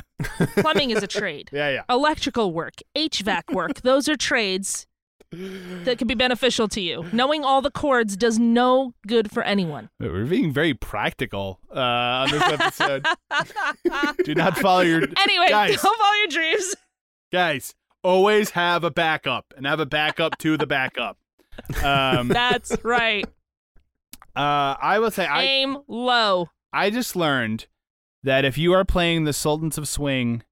S3: Plumbing is a trade.
S1: yeah.
S3: Electrical work, HVAC work, those are trades that can be beneficial to you. Knowing all the chords does no good for anyone.
S1: We're being very practical uh, on this episode. Do not follow your
S3: Anyway,
S1: guys.
S3: don't follow your dreams.
S1: Guys, always have a backup and have a backup to the backup. Um,
S3: That's right.
S1: Uh, I will say I
S3: Aim low.
S1: I just learned that if you are playing the Sultans of Swing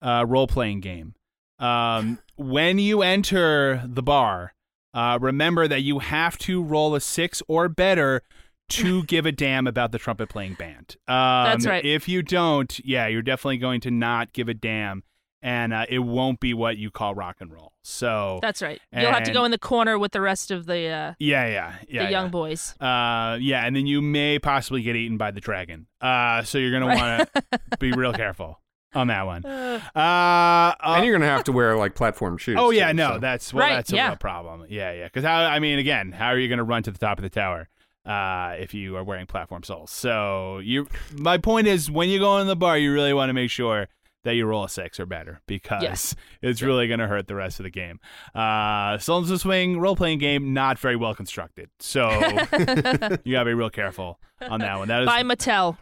S1: uh, role playing game, um, when you enter the bar, uh, remember that you have to roll a six or better to give a damn about the trumpet playing band. Um,
S3: That's right.
S1: If you don't, yeah, you're definitely going to not give a damn, and uh, it won't be what you call rock and roll. So
S3: That's right. You'll have to
S1: And-
S3: go in the corner with the rest of the uh,
S1: yeah, yeah, yeah.
S3: the young
S1: yeah.
S3: boys.
S1: Uh, yeah, and then you may possibly get eaten by the dragon. Uh, so you're gonna want to be real careful on that one. Uh, uh,
S4: and you're gonna have to wear like platform shoes.
S1: oh yeah,
S4: too,
S1: no,
S4: so.
S1: that's well,
S3: Right,
S1: that's a
S3: yeah.
S1: real problem. Yeah, yeah, because how? I mean, again, how are you gonna run to the top of the tower? Uh, if you are wearing platform soles, so you. My point is, when you go in the bar, you really want to make sure that you roll a six or better because it's really going to hurt the rest of the game. Uh, Sultan's of Swing role playing game not very well constructed, so you gotta be real careful on that one. That is
S3: By Mattel.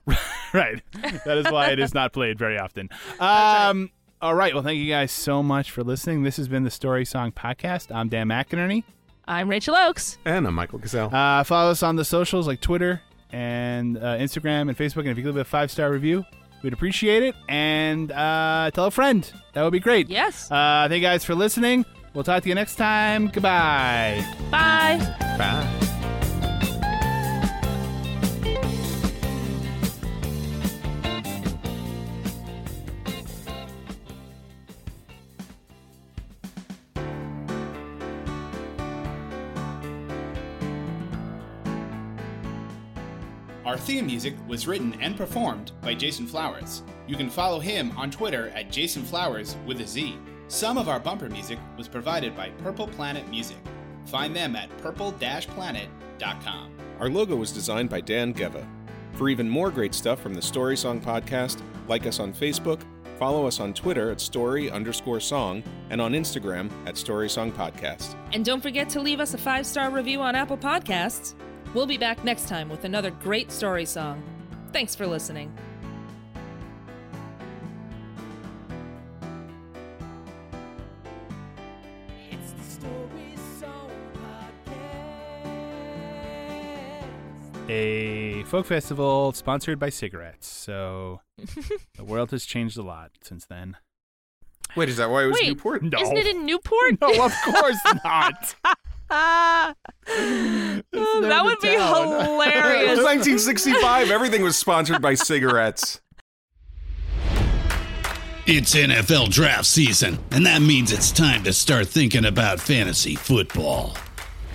S1: right. That is why it is not played very often. Um, All right. Well, thank you guys so much for listening. This has been the Story Song Podcast. I'm Dan McInerney.
S3: I'm Rachel Oakes.
S4: And I'm Michael Gazelle.
S1: Uh, follow us on the socials like Twitter and uh, Instagram and Facebook. And if you could leave a five star review, we'd appreciate it. And uh, tell a friend. That would be great.
S3: Yes.
S1: Uh, thank you guys for listening. We'll talk to you next time. Goodbye.
S3: Bye.
S1: Our theme music was written and performed by Jason Flowers. You can follow him on Twitter at Jason Flowers with a Z. Some of our bumper music was provided by Purple Planet Music. Find them at purple-planet.com.
S4: Our logo was designed by Dan Geva. For even more great stuff from the Story Song Podcast, like us on Facebook, follow us on Twitter at story underscore song and on Instagram at story song podcast.
S3: And don't forget to leave us a five star review on Apple Podcasts. We'll be back next time with another great story song. Thanks for listening.
S2: It's the Story Song Podcast.
S1: a folk festival sponsored by cigarettes. So the world has changed a lot since then.
S4: Wait, is that why it was
S3: Wait,
S4: Newport?
S1: No.
S3: Isn't it in Newport?
S1: No, of course not.
S3: Ah, that
S1: the
S3: would be
S1: town.
S4: It was
S3: hilarious.
S4: 1965. Everything was sponsored by cigarettes.
S7: It's NFL draft season, and that means it's time to start thinking about fantasy football.